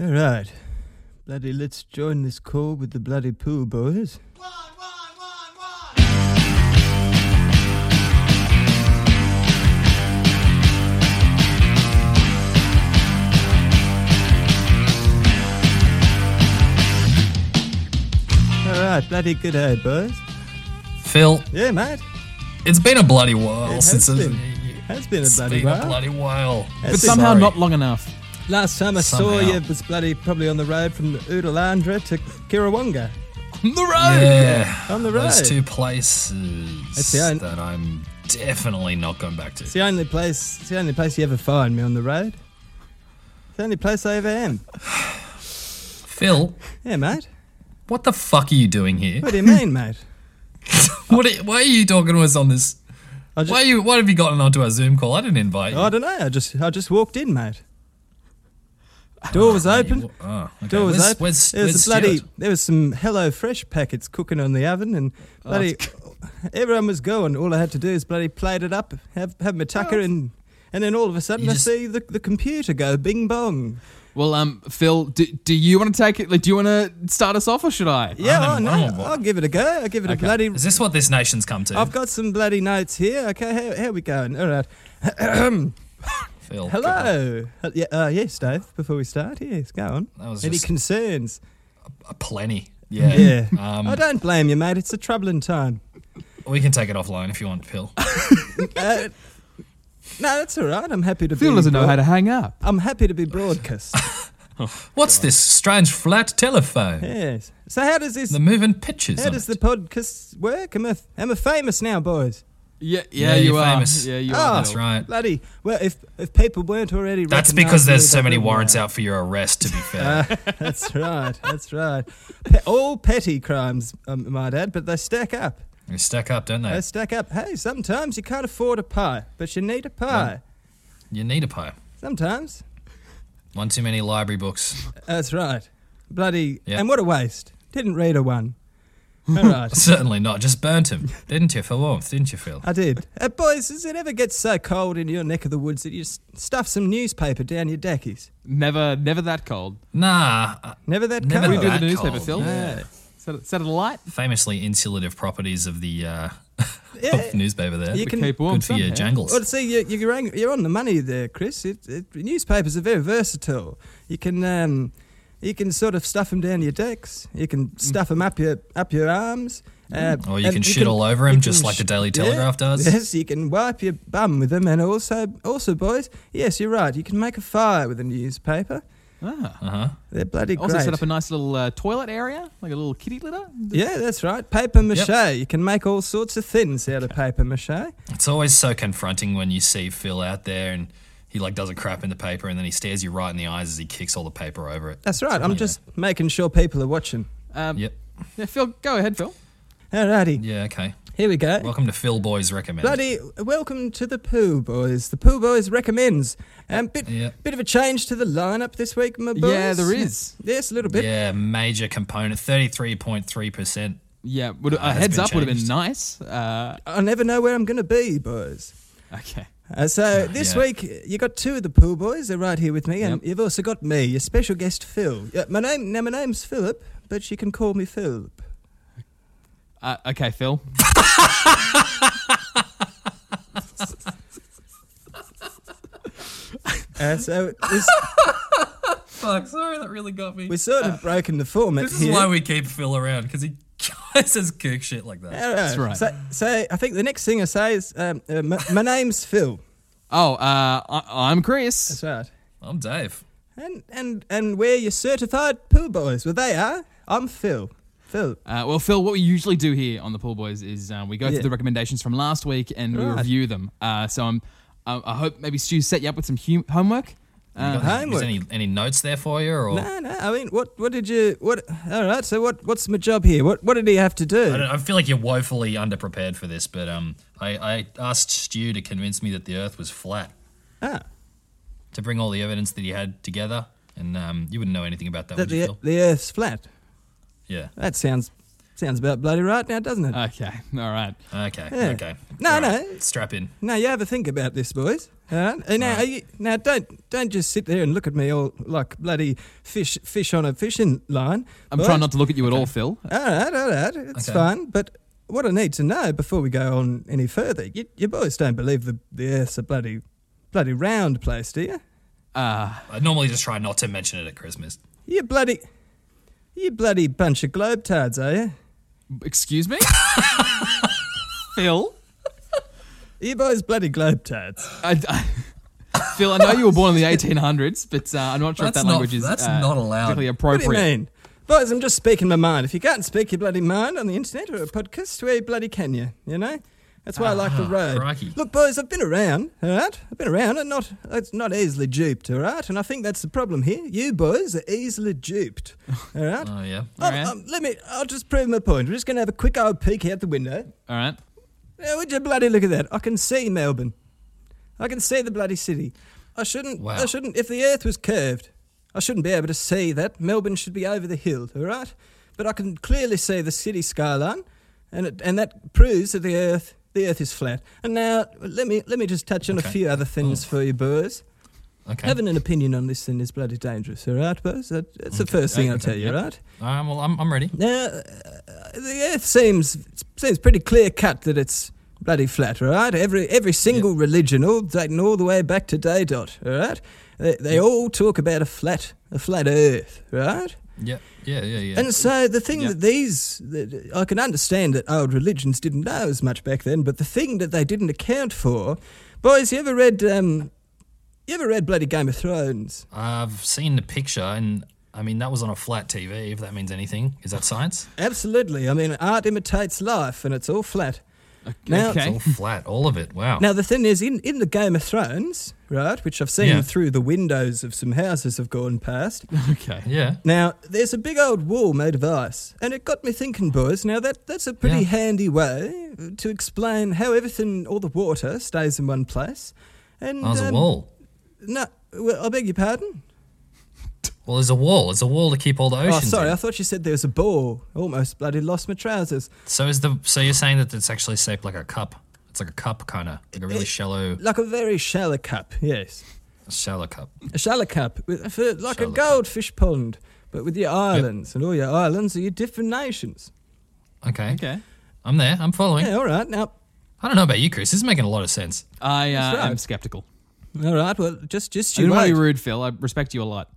All right. Bloody, let's join this call with the bloody pool boys. All right, bloody good day, boys. Phil, Yeah, mate. it's been a bloody while It since has been. it's Has been a it's bloody been a while. bloody while. Has But been. somehow Sorry. not long enough. Last time I saw Somehow. you was bloody probably on the road from Oodalundra to Kirawonga. On the road. Yeah, On the road. those two places That's the only- that I'm definitely not going back to. It's the only place. It's the only place you ever find me on the road. It's the only place I ever am. Phil, Yeah, mate. what the fuck are you doing here? What do you mean, mate? what? Are, why are you talking to us on this? I just, Oh, Why are you? What have you gotten onto our Zoom call? I didn't invite you. I don't know. I just, I just walked in, mate. Door was open. Oh, okay. Door was where's, open. Where's, there was where's a bloody, Stuart? there was some Hello Fresh packets cooking on the oven, and Oh, bloody, everyone was going. All I had to do is bloody plate it up, have have my tucker, and and then all of a sudden Oh. You I just- see the, the computer go bing bong. Well, um, Phil, do, do you want to take it? Like, do you want to start us off, or should I? Yeah, I don't know. know. I'll give it a go. I'll give it a Okay. bloody Is this what this nation's come to? I've got some bloody notes here. Okay, how, how we going? All right. Phil, Hello. Uh, yeah, uh, yes, Dave, before we start, yes, go on. That was Any just- concerns? a plenty. Yeah. Yeah. I Um, don't blame you, mate. It's a troubling time. we can take it offline if you want, Phil. Uh, no, that's all right. I'm happy to Phil be. doesn't know broad- how to hang up. I'm happy to be broadcast. What's this strange flat telephone? yes. So, how does this. The moving pictures. how on does it. the podcast work? I'm a, I'm a famous now, boys. Yeah, Yeah, yeah, you you're are. famous. Yeah, you Ah, are. That's Phil. right. Bloody. Well, if if people weren't already. That's recognising because me, there's so they many wouldn't warrants know. out for your arrest. To be fair, Uh, That's right. That's right. Pe- all petty crimes, um, might add, but they stack up. they stack up, don't They they? stack up. Hey, sometimes you can't afford a pie, but you need a pie. You need a pie. Sometimes. One too many library books. That's right. Bloody. Yeah. And what a waste. Didn't read a one. All right. Certainly not. Just burnt him, didn't you? For warmth, didn't you, Phil? I did. Uh, boys, does it ever get so cold in your neck of the woods that you s- stuff some newspaper down your dackies? Never, never that cold. Nah. uh, Never that Never cold. We do the that newspaper, cold, Phil. yeah. Set it, set it alight. Famously insulative properties of the uh, Yeah. of newspaper there. You We can- keep warm Good for your somehow. jangles. Well, see, you, you're, ang- you're on the money there, Chris. It, it, newspapers are very versatile. You can um, you can sort of stuff them down your decks. You can stuff them up your up your arms. Uh, Mm. Or you and can shit all over 'em, you just can like the sh- Daily Telegraph does. Yes, you can wipe your bum with them, and also also boys. Yes, you're right. You can make a fire with a newspaper. Ah. Uh huh. They're bloody Also great. set up a nice little uh, toilet area, like a little kitty litter. yeah, that's right. Paper mache. Yep. You can make all sorts of things out of paper mache. It's always so confronting when you see Phil out there and he like does a crap in the paper and then he stares you right in the eyes as he kicks all the paper over it. That's right. I'm Yeah. just making sure people are watching. Um, Yep. Yeah, Phil, go ahead, Phil. Alrighty, Yeah. Okay. here we go. Welcome to Phil Boys Recommend. Bloody welcome to the Pooh Boys. The Pooh Boys recommends. Um, bit Yeah. bit of a change to the lineup this week, my boys. Yeah, there is. Yes, a little bit. Yeah, major component, thirty-three point three percent. Yeah, would, a has heads Ah, been up would have been changed. nice. Uh, I never know where I'm going to be, boys. okay. Uh, so this Yeah. week you got two of the Pooh Boys. They're right here with me, and Yep. you've also got me, your special guest Phil. Yeah, my name now my name's Philip, but you can call me Philip. Uh, okay, Phil. Uh, so this, Fuck, sorry, that really got me. we're sort of broken the format This is here. why we keep Phil around because he says cook shit like that. All That's right. Uh, So, so I think the next thing I say is um, uh, my, my name's Phil. Oh, uh, I, I'm Chris. That's right. I'm Dave. And and and we're your certified poo boys. Well, they are. I'm Phil. Phil. Uh, well, Phil, what we usually do here on the Pool Boys is uh, we go Yeah. through the recommendations from last week and we Right. review them. Uh, so I'm, I, I hope maybe Stu set you up with some hum- homework. You Uh, got any, homework. is any any notes there for you or? No, no. I mean, what what did you what? All right. So what what's my job here? What what did he have to I, don't, do? I feel like you're woefully underprepared for this, but um, I, I asked Stu to convince me that the Earth was flat, Ah, to bring all the evidence that he had together, and um, you wouldn't know anything about that, that would you, the Phil? the Earth's flat. Yeah. That sounds sounds about bloody right now, doesn't it? Uh. Uh, okay, all right. Okay. Yeah. Okay. No, All no. Strap in. now you have a think about this, boys. Uh, and now, Right. you, now don't don't just sit there and look at me all like bloody fish fish on a fishing line. I'm But- trying not to look at you at all, Phil. All right, all right, it's Okay. fine. But what I need to know before we go on any further, you, you boys don't believe the, the Earth's a bloody bloody round place, do you? Uh, I normally just try not to mention it at Christmas. You bloody you bloody bunch of globetards, are you? excuse me? Phil? You boys bloody globetards. I, I- Phil, I know you were born in the 1800s, but uh, I'm not sure That's if that not- language is that's uh, not allowed. particularly What do appropriate. you mean? Boys, I'm just speaking my mind. If you can't speak your bloody mind on the internet or a podcast, where bloody can you? You know? That's why I like the Ah, road. crikey. Look, boys, I've been around, all right? I've been around and not it's not easily duped, all right? And I think that's the problem here. You boys are easily duped, all right? Oh yeah. Um, Alright. um, let me. I'll just prove my point. We're just going to have a quick old peek out the window. All right. Yeah, would you bloody look at that? I can see Melbourne. I can see the bloody city. I shouldn't. Wow. I shouldn't. If the earth was curved, I shouldn't be able to see that. Melbourne should be over the hill, all right? But I can clearly see the city skyline, and it, and that proves that the earth the earth is flat. And now let me let me just touch on Okay. Mm. a few other things for you, boys. Okay. Having an opinion on this thing is bloody dangerous, all right, boys? That, that's the first thing I'll Okay, tell you, yep. all right? Um, well, I'm, I'm ready. Now, uh, the Earth seems seems pretty clear cut that it's bloody flat, all right? Every every single religion, all dating all the way back to Daydot, all right? They, they all talk about a flat a flat Earth, right? Yeah. Yeah. Yeah. Yeah. And so the thing Yeah. that these that I can understand that old religions didn't know as much back then, but the thing that they didn't account for, boys, you ever read um, you ever read bloody Game of Thrones? I've seen the picture, and I mean that was on a flat TV. If that means anything, is that science? Absolutely. I mean, art imitates life, and it's all flat. Now- It's all okay. flat, all of it. Wow. Now the thing is, in, in the Game of Thrones, right, which I've seen Yeah. through the windows of some houses I've gone past. Okay. yeah. Now there's a big old wall made of ice, and it got me thinking, boys. Now that that's a pretty Yeah. handy way to explain how everything, all the water, stays in one place. And Oh, there's a um, wall. No, well, I beg your pardon. Well, there's a wall. It's a wall to keep all the oceans. oh, sorry, in. I thought you said there was a ball. Almost bloody lost my trousers. So is the so you're saying that it's actually shaped like a cup? It's like a cup, kind of like a really shallow, Like a very shallow cup, yes, shallow cup. a shallow cup, with, for, like Shallow a cup. goldfish pond, but with your islands, and all your islands are your different nations. Okay. Okay. I'm there. I'm following. Yeah, all right. Now, I don't know about you, Chris. This is making a lot of sense. I uh, That's right. am skeptical. all right. Well, just just I you didn't want wait. to be rude, Phil. I respect you a lot.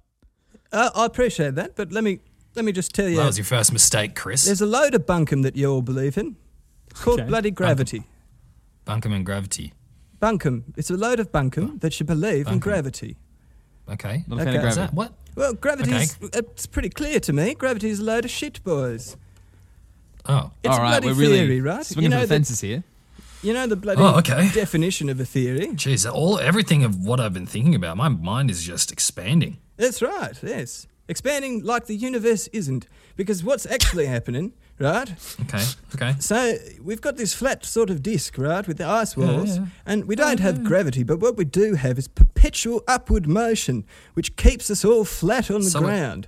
Uh, I appreciate that, but let me let me just tell you, That was your first mistake, Chris. there's a load of bunkum that you all believe in. It's called Okay. bloody gravity. Bunkum and gravity. Bunkum. It's a load of bunkum that you believe in Bunkum. gravity. Okay. Not a Okay. fan of Is gravity. that what? Well, gravity's it's pretty clear to me. Gravity's a load of shit, boys. Oh. It's all a right, bloody we're really theory, right? swinging You for know, the the, fences here. you know the bloody Oh, okay. definition of a theory. Jeez, all everything of what I've been thinking about, my mind is just expanding. That's right, yes. Expanding like the universe isn't. Because what's actually happening, right, Okay, okay. So we've got this flat sort of disc, right, with the ice walls, yeah. and we don't have gravity, but what we do have is perpetual upward motion, which keeps us all flat on the So it- ground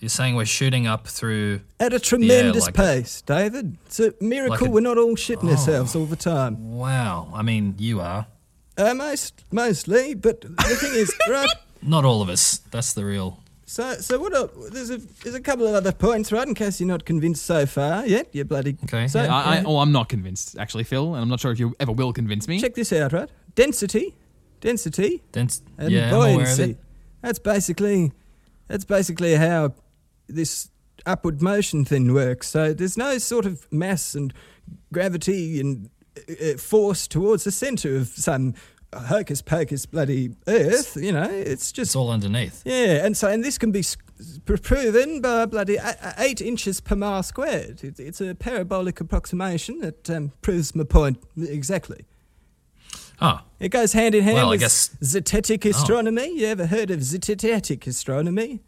You're saying we're shooting up through. at a tremendous like a- pace, David. It's a miracle a- Oh. we're not all shitting ourselves all the time. Wow. I mean, you are. Uh, most mostly, but the thing is, right. Not all of us. That's the real. So, so what? Else, there's a there's a couple of other points, right? In case you're not convinced so far yet, you bloody Okay, So, uh, yeah. I, I, oh, I'm not convinced, actually, Phil, and I'm not sure if you ever will convince me. check this out, right? Density, density. Dens- and yeah, I'm aware of buoyancy. it. That's basically that's basically how this upward motion thing works. So there's no sort of mass and gravity and uh, uh, force towards the center of some hocus pocus bloody earth. You know, it's just It's all underneath. yeah, and so and this can be s- s- proven by bloody a- a- eight inches per mile squared. It- It's a parabolic approximation that um, proves my point exactly. Ah, It goes hand in hand Well, I with guess- Oh. zetetic astronomy. You ever heard of zetetic astronomy?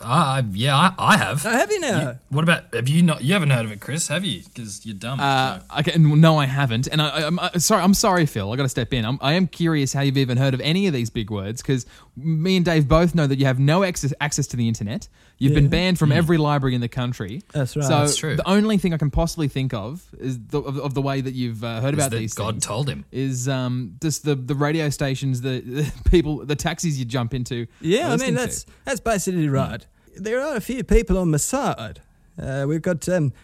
Ah, yeah, I, I have. Oh, have you now? You- what about have you not? You haven't heard of it, Chris? Have you? Because you're dumb. Uh, so. okay, n- no, I haven't. And I, I, I'm uh, sorry. I'm sorry, Phil. I got to step in. I'm, I am curious how you've even heard of any of these big words because me and Dave both know that you have no access access to the internet. You've been Yeah. Mm. banned from every library in the country. That's right. So That's true. the only thing I can possibly think of is the, of, of the way that you've uh, heard Is about that these. God things told him. is um just the the radio stations, the, the people, the taxis you jump into. are Yeah, I mean listening to. that's that's basically right. There are a few people on my side. Uh, we've got um,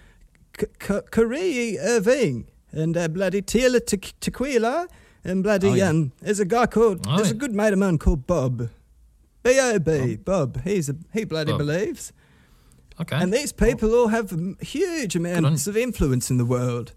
K- K- Kyrie Irving and uh, bloody Tila Te- Tequila and bloody Oh, yeah. um. There's a guy called. Oh, there's yeah. a good mate of mine called Bob. B O B Bob. He's a he bloody Bob. Eh? believes. Okay. And these people all have um, huge amounts of influence in the world.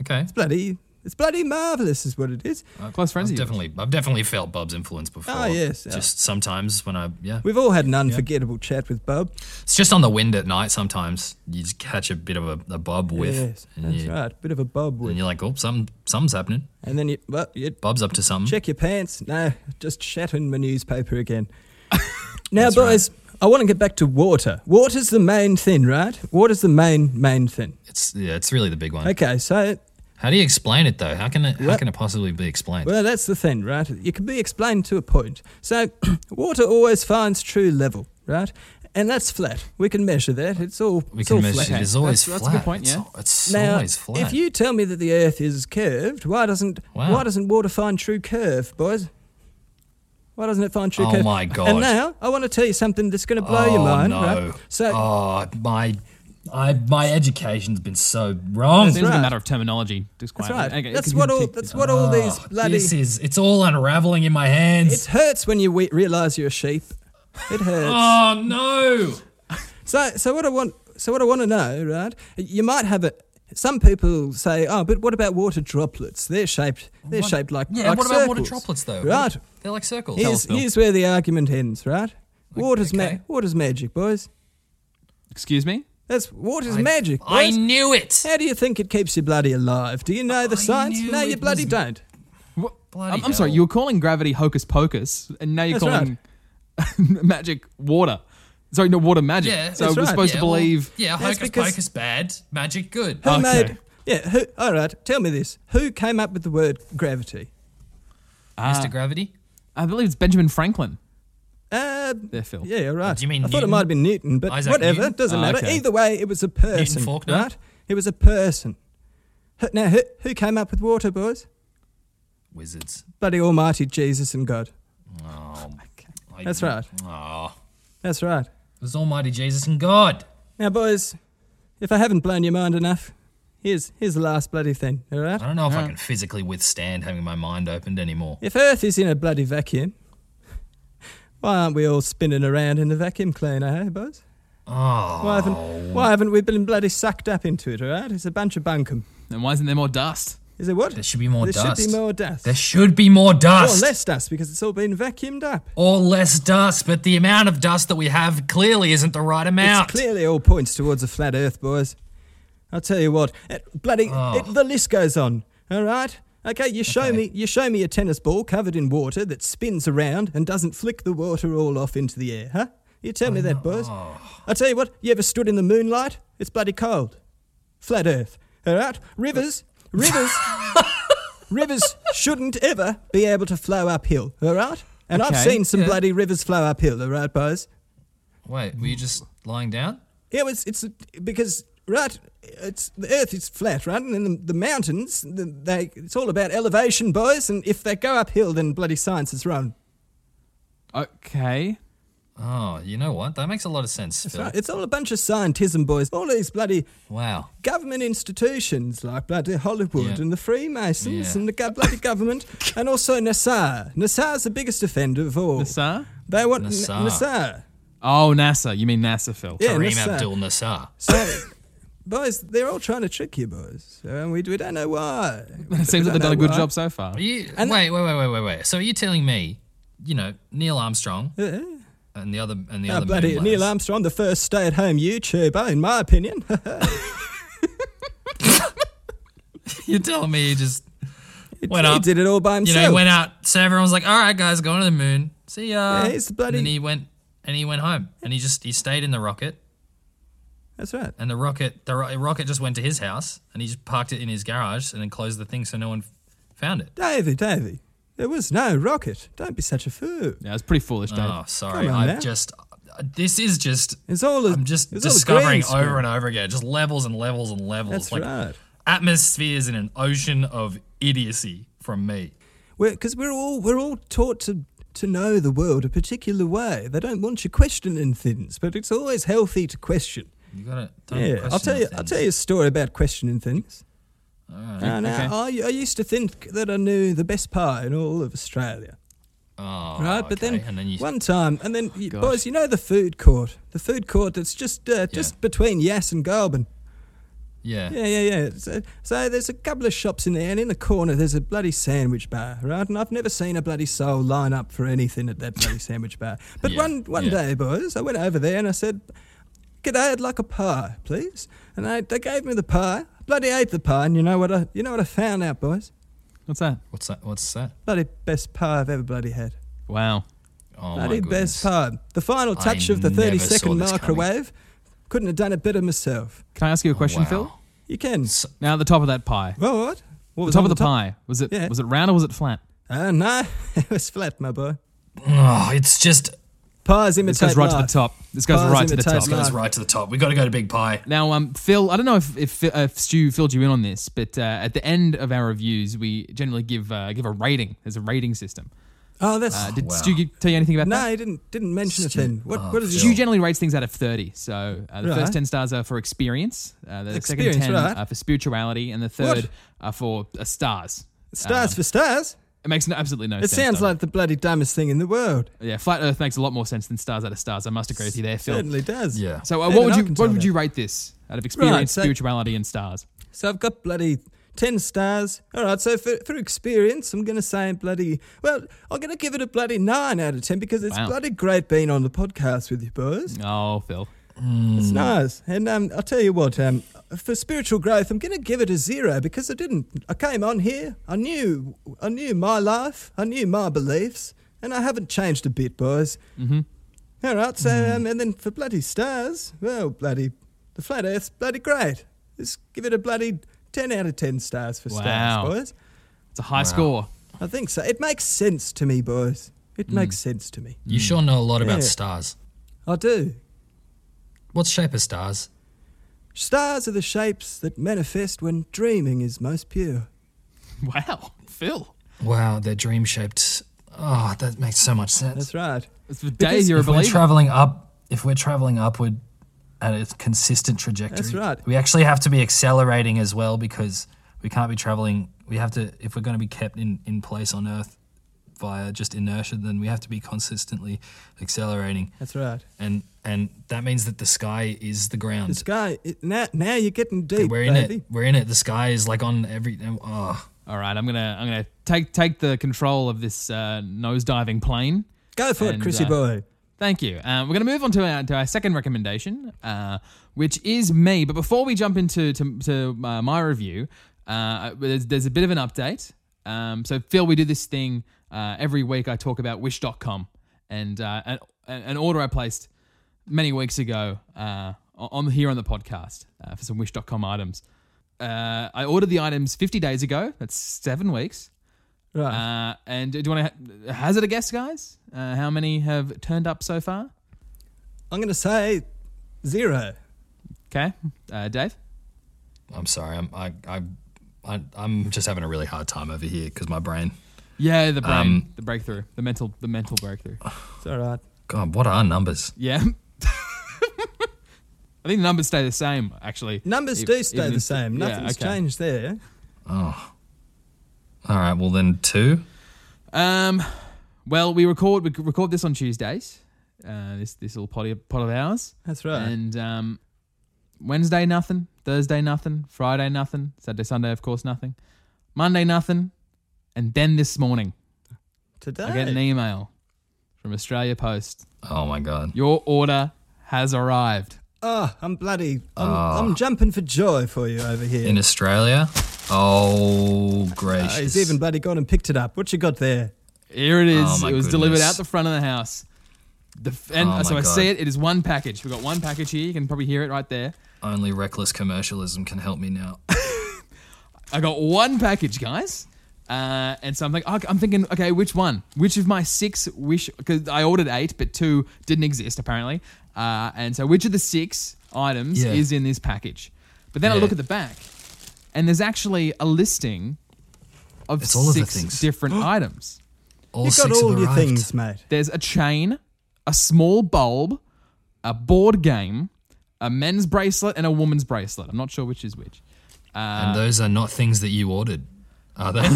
okay. It's bloody. It's bloody marvelous, is what it is. Uh, Close friends I've of yours. definitely, I've definitely felt Bob's influence before. Ah, yes, yeah. Just sometimes when I, yeah, We've all had an unforgettable chat with Bob. it's just on the wind at night. Sometimes you just catch a bit of a, a Bob whiff, yes, and, that's you, right. Bit of a Bob and with. you're like, oh, some, something's happening. And then you, well, you Bob's up to something. Check your pants. No, just shat in my newspaper again. now, boys, I want to get back to water. Water's the main thing, right? Water's the main, main thing. It's yeah, it's really the big one. Okay, so, How do you explain it though? How can it, how Well- can it possibly be explained? well, that's the thing, right? It can be explained to a point. So, water always finds true level, right? And that's flat. We can measure that. It's all, we it's can all measure. flat. It is always That's- that's a flat. good point, It's yeah. al- It's, Now, always flat. if you tell me that the Earth is curved, why doesn't Wow. why doesn't water find true curve, boys? Why doesn't it find true Oh curve? my God. And now I want to tell you something that's going to blow oh, your mind. No. Right? So oh, my, I, my education's been so wrong. Seems like a right. matter of terminology. Just that's quiet. right. Okay, that's continue. what all. That's what all these Oh, bloody. This is. It's all unraveling in my hands. It hurts when you we- realize you're a sheep. It hurts. oh no! so so what I want. So what I want to know, right? You might have it. Some people say, "Oh, but what about water droplets? They're shaped. They're What- shaped like Yeah. like what about water circles." droplets though? Right. They're like circles. Here's, here's where the argument ends, right? Water's okay. ma- water's magic, boys. Excuse me. That's water's magic, I boys. knew it. How do you think it keeps you bloody alive? Do you know the I science? knew No, it you bloody was- don't. What? Bloody I'm, I'm sorry. hell. You were calling gravity hocus pocus, and now you're That's calling magic water. Sorry, no water magic. Yeah, so that's we're right. supposed yeah, to believe. Well, yeah. That's Hocus because- pocus bad. Magic good. Who Okay. made? Yeah. Who? All right. Tell me this. Who came up with the word gravity? Ah. Mr. Gravity. I believe it's Benjamin Franklin. Uh, There, Phil. yeah, right. do you mean I thought it Newton? might have been Newton, but Isaac whatever. Newton? It doesn't Ah, matter. okay. Either way, it was a person, Faulkner? right? It was a person. Who- Now, who, who came up with water, boys? Wizards. Bloody Almighty Jesus and God. Oh. I- That's right. Oh. That's right. It was Almighty Jesus and God. Now, boys, if I haven't blown your mind enough, here's here's the last bloody thing. All right. I don't know if I can physically withstand having my mind opened anymore. If Earth is in a bloody vacuum, why aren't we all spinning around in the vacuum cleaner, hey, boys? Oh. Why haven't, why haven't we been bloody sucked up into it, all right? It's a bunch of bunkum. And why isn't there more dust? Is it what? There should be more there dust. should be more dust. there should be more or dust. less dust because it's all been vacuumed up. or less dust, but the amount of dust that we have clearly isn't the right amount. It's clearly all points towards a flat Earth, boys. I'll tell you what, it, bloody, Oh. it, the list goes on. All right, okay. You show me, you show me a tennis ball covered in water that spins around and doesn't flick the water all off into the air, huh? You tell me that, boys. I'll tell you what. You ever stood in the moonlight? It's bloody cold. Flat Earth. All right, rivers, rivers, rivers shouldn't ever be able to flow uphill. All right. And I've Okay, seen some yeah. bloody rivers flow uphill, all right, boys? Wait, were you just lying down? Yeah, it's it's because right, it's the Earth is flat, right, and then the, the mountains, the, they it's all about elevation, boys. And if they go uphill, then bloody science is wrong. Okay. Oh, you know what? That makes a lot of sense, Phil. Right? It's all a bunch of scientism, boys. All these bloody Wow. government institutions like bloody Hollywood Yeah. and the Freemasons Yeah. and the go- bloody government, and also NASA. NASA's the biggest offender of all. NASA. They want NASA. NASA. NASA. Oh, NASA. You mean NASA, Phil? Yeah, Kareem NASA. Abdul Nassar. So, boys, they're all trying to trick you, boys, and we, we don't know why. It seems We like they've don't done a know good why. job so far. Are you, And- wait, wait, wait, wait, wait, wait. So are you telling me, you know, Neil Armstrong Yeah. and the other and the Oh, other Uh, bloody moon Neil landers- Armstrong, the first stay-at-home YouTuber, in my opinion. You're telling me he just he Went up. did it all by you himself. know, he went out. So everyone was like, "All right, guys, going to the moon. See ya." Yeah, he's the bloody- And then he went and he went home and he just he stayed in the rocket That's right. and the rocket the ro- rocket just went to his house and he just parked it in his garage and then closed the thing so no one f- found it. Davy, Davy, there was no rocket. Don't be such a fool. Yeah, it's pretty foolish, Dave. Oh, sorry. Come on I now. just this is just It's all. a- I'm just it's all green discovering screen. over and over again, just levels and levels and levels. That's like right. atmospheres in an ocean of idiocy from me. because we're, all we're all taught to to know the world a particular way. They don't want you questioning things, but it's always healthy to question. You gotta don't Yeah, I'll question tell you. I'll things. tell you a story about questioning things. No, no, okay. I, I used to think that I knew the best pie in all of Australia. Oh, Right, but then, okay, and then you Oh, one time, and then you, boys, you know the food court, the food court that's just uh, just between Yass and Goulburn. yeah. Yeah, yeah, yeah. So, so there's a couple of shops in there, and in the corner there's a bloody sandwich bar, right? And I've never seen a bloody soul line up for anything at that bloody sandwich bar. But Yeah, one one yeah. day, boys, I went over there and I said, "G'day, I'd like a pie, please." And they, they gave me the pie. I bloody ate the pie, and you know what? I you know what I found out, boys? What's that? What's that? What's that? Bloody best pie I've ever bloody had. Wow. Oh my bloody best goodness. pie. The final I touch of the never thirty saw second this coming. microwave. Couldn't have done it better myself. Can I ask you a question, Wow. Phil? You can. So- Now, the top of that pie. Well, what? What The was top on of the top? pie. Was it Yeah. was it round or was it flat? Uh, no, it was flat, my boy. Oh, it's just Pies imitate This goes right to the life. top. This goes Pies right to the imitate top. life. goes right to the top. We got to go to Big Pie. Now, um, Phil, I don't know if if, uh, if Stu filled you in on this, but uh, at the end of our reviews, we generally give uh, give a rating. There's a rating system. Oh, that's Uh, did wow. Stu gi- tell you anything about no. that? He didn't didn't mention Stu- a thing. What oh, what is Phil. your Stu generally rates things out of 30. So uh, the Right. first 10 stars are for experience, uh, the Experience, second 10 right. are for spirituality, and the What? third are for uh, stars. stars for stars? It makes no, absolutely no It sense. sounds does like the bloody dumbest thing in the world. Yeah, flat Earth makes a lot more sense than stars out of stars. I must agree with you there, Phil. Certainly does. Yeah. So, uh, Even what would I you can what tell would that. you rate this out of experience, so- spirituality, and stars? So I've got bloody ten stars. All right. So for for experience, I'm gonna say bloody. Well, I'm gonna give it a bloody nine out of ten because it's Wow. bloody great being on the podcast with you boys. Oh, Phil. It's nice. And um, I'll tell you what. Um, for spiritual growth, I'm gonna give it a zero because I didn't. I came on here. I knew. I knew my life. I knew my beliefs, and I haven't changed a bit, boys. hmm All right, so um, and then for bloody stars, well, bloody the flat Earth's bloody great. Let's give it a bloody ten out of ten stars for Wow. stars, boys. It's a high Wow. score. I think so. It makes sense to me, boys. It makes sense to me. You sure know a lot about Yeah. stars. I do. What's shape of stars? Stars are the shapes that manifest when dreaming is most pure. Wow, Phil. Wow, they're dream shaped. Oh, that makes so much sense. That's right. It's for days you're a if we're believer. traveling up, if we're traveling upward at a consistent trajectory, That's right. We actually have to be accelerating as well because we can't be traveling. We have to, if we're going to be kept in, in place on Earth via just inertia, then we have to be consistently accelerating, That's right. and and that means that the sky is the ground. The sky. It, now, now you're getting deep, we're in baby. it. We're in it. The sky is like on every. Oh, All right, I'm gonna I'm gonna take take the control of this uh, nose diving plane. Go for it, And, Chrissy uh, boy. Thank you. Uh, we're going to move on to our, to our second recommendation, uh, which is me. But before we jump into to, to uh, my review, uh, there's, there's a bit of an update. Um, so, Phil, we do this thing uh, every week. I talk about wish.com and uh, an, an order I placed many weeks ago uh, on here on the podcast uh, for some wish.com items. Uh, I ordered the items 50 days ago. That's seven weeks. Right. Uh, and do you want to ha- hazard a guess, guys? Uh, how many have turned up so far? I'm going to say zero. Okay, uh, Dave. I'm sorry. I'm I I, I I'm just having a really hard time over here because my brain. Yeah, the brain, Um, the breakthrough, the mental, the mental breakthrough. It's all right. God, what are numbers? Yeah. I think the numbers stay the same, actually. Numbers E- do stay even the if- same. yeah, Nothing's okay. changed there. Oh. All right. Well, then two. Um, well, we record we record this on Tuesdays. Uh, this this little pot of, pot of ours, That's right. and um, Wednesday nothing, Thursday nothing, Friday nothing, Saturday Sunday of course nothing, Monday nothing, and then this morning Today. I get an e- email from Australia Post. Oh my God. Your order has arrived. Oh, I'm bloody. I'm, Ah. I'm jumping for joy for you over here. In Australia. Oh Oh, gracious. he's even bloody gone and picked it up. What you got there? Here it is. Oh, my it was delivered goodness. out the front of the house. The f- and Oh my so I God. see it. It is one package. We've got one package here. You can probably hear it right there. Only reckless commercialism can help me now. I got one package, guys. Uh, and so I'm like, I'm thinking, okay, which one? Which of my six wish? Because I ordered eight, but two didn't exist apparently. Uh, and so, which of the six items Yeah. is in this package? But then I Yeah. look at the back, and there's actually a listing of It's all of the six things. different items. All You six got all have your arrived. things, mate. There's a chain, a small bulb, a board game, a men's bracelet, and a woman's bracelet. I'm not sure which is which. and those are not things that you ordered, are they?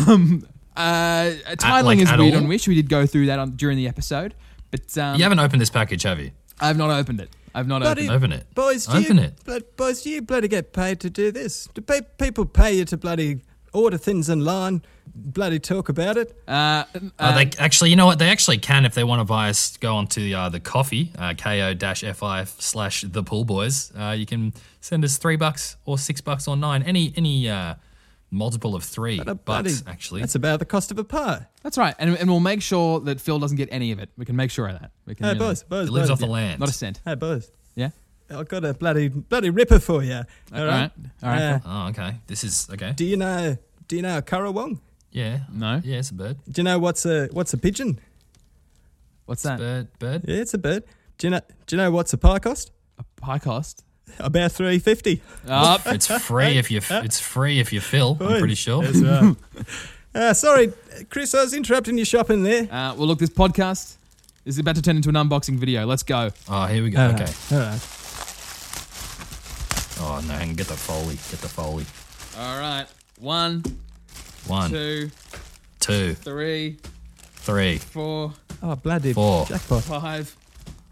Uh, titling like, is at weird all? on Wish. We did go through that on, during the episode, but um, you haven't opened this package, have you? I've not opened it. I've not But opened it. it- Open it. Boys, do Open you, it. blood- boys, do you bloody get paid to do this? Do pe- people pay you to bloody order things online, bloody talk about it? Uh, Uh, uh, they actually, you know what? They actually can if they want to buy us. Go on to uh, the coffee uh, ko-fi slash the pool boys. Uh, you can send us three bucks or six bucks or nine, any any uh, multiple of three A bucks bloody- actually. That's about the cost of a pie. that's right, and, and we'll make sure that Phil doesn't get any of it. We can make sure of that. We can Hey, really- boys, boys, it lives boys. off the land. not a cent. Hey, boys. Yeah. I've got a bloody bloody ripper for you. All right, all right, Uh, oh, okay. This is okay. do you know? Do you know a currawong? Yeah. No. Yeah, it's a bird. Do you know what's a what's a pigeon? What's that? A Bird. Bird. Yeah, it's a bird. Do you know? Do you know what's a pie cost? pie cost. About three fifty. Up. It's free if you. It's free if you fill. I'm pretty sure. That's right. uh, sorry, Chris. I was interrupting your shopping there. uh, well, look, this podcast is about to turn into an unboxing video. Let's go. Oh, here we go. All right, okay. Uh, all right. Oh no, hang on. Get the foley. Get the foley. All right, one, One, two, two, three, four. three, four, Oh bloody Four. jackpot! five,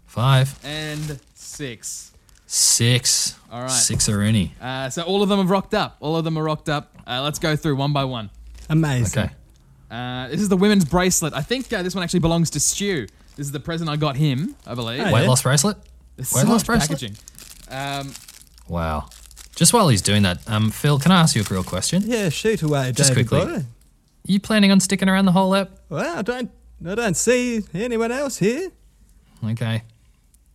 Five, and six. six. All right. Six or any. Uh, so all of them have rocked up. All of them are rocked up. Uh, let's go through one by one. Amazing. Okay. Uh, this is the women's bracelet. I think uh, this one actually belongs to Stu. This is the present I got him, I believe. Hey. Weight Yeah. loss bracelet? There's Weight so loss much bracelet? packaging. Um, Wow. Just while he's doing that, um, Phil, can I ask you a real question? Yeah, shoot away, Just David quickly. Boyer. you planning on sticking around the whole app? Well, I don't, I don't see anyone else here. Okay.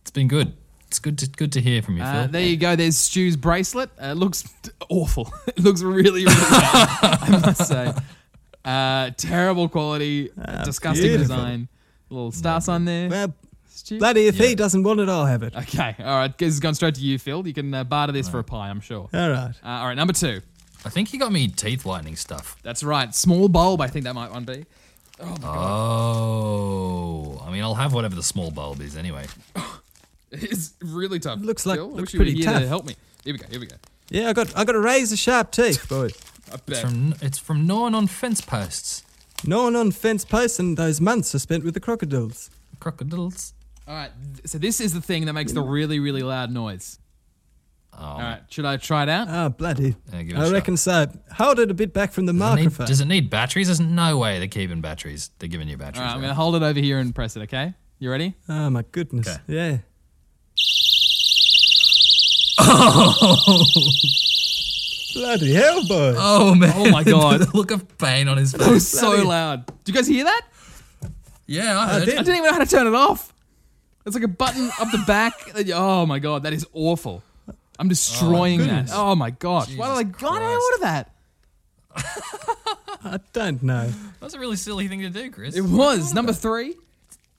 It's been good. It's good to good to hear from you, uh, Phil. there you go. There's Stu's bracelet. Uh, it looks t- awful. it looks really, really bad, I must say. Uh, terrible quality, disgusting Ah, beautiful. design. Little star sign there. Well, Stu. bloody if he doesn't want it, I'll have it. Okay, all right. This has gone straight to you, Phil. You can uh, barter this for a pie, I'm sure. Uh, All right. all right, number two. I think you got me teeth whitening stuff. That's right. Small bulb, I think that might one be. Oh. I mean, I'll have whatever the small bulb is anyway. It's really tough. Looks like- Phil, I looks wish you were pretty here to tough. help me. Here we go. Here we go. Yeah, I got, I got a razor sharp teeth, boy. I It's bet. from it's from gnawing on fence posts. Gnawing on fence posts and those months I spent with the crocodiles. Crocodiles. All right. th- So this is the thing that makes the really, really loud noise. Oh. All right. Should I try it out? Ah, bloody. Yeah, give it a I shot. reckon so. Hold it a bit back from the Does it, need, microphone. does it need batteries? There's no way they're keeping batteries. They're giving you All batteries. right. I'm right? going to hold it over here and press it. Okay. You ready? oh, my goodness. Okay. Yeah. Bloody hell, boy. Oh man! Oh, my God. the look of pain on his It Oh, was face. so loud. Do you guys hear that? Yeah, I heard. did. it. I didn't even know how to turn it off. It's like a button up the back. that you- Oh my god, that is awful. I'm destroying that. goodness. Oh my gosh. Why did I, Jesus God, I Christ. order that? I don't know. That's a really silly thing to do, Chris. It was number three.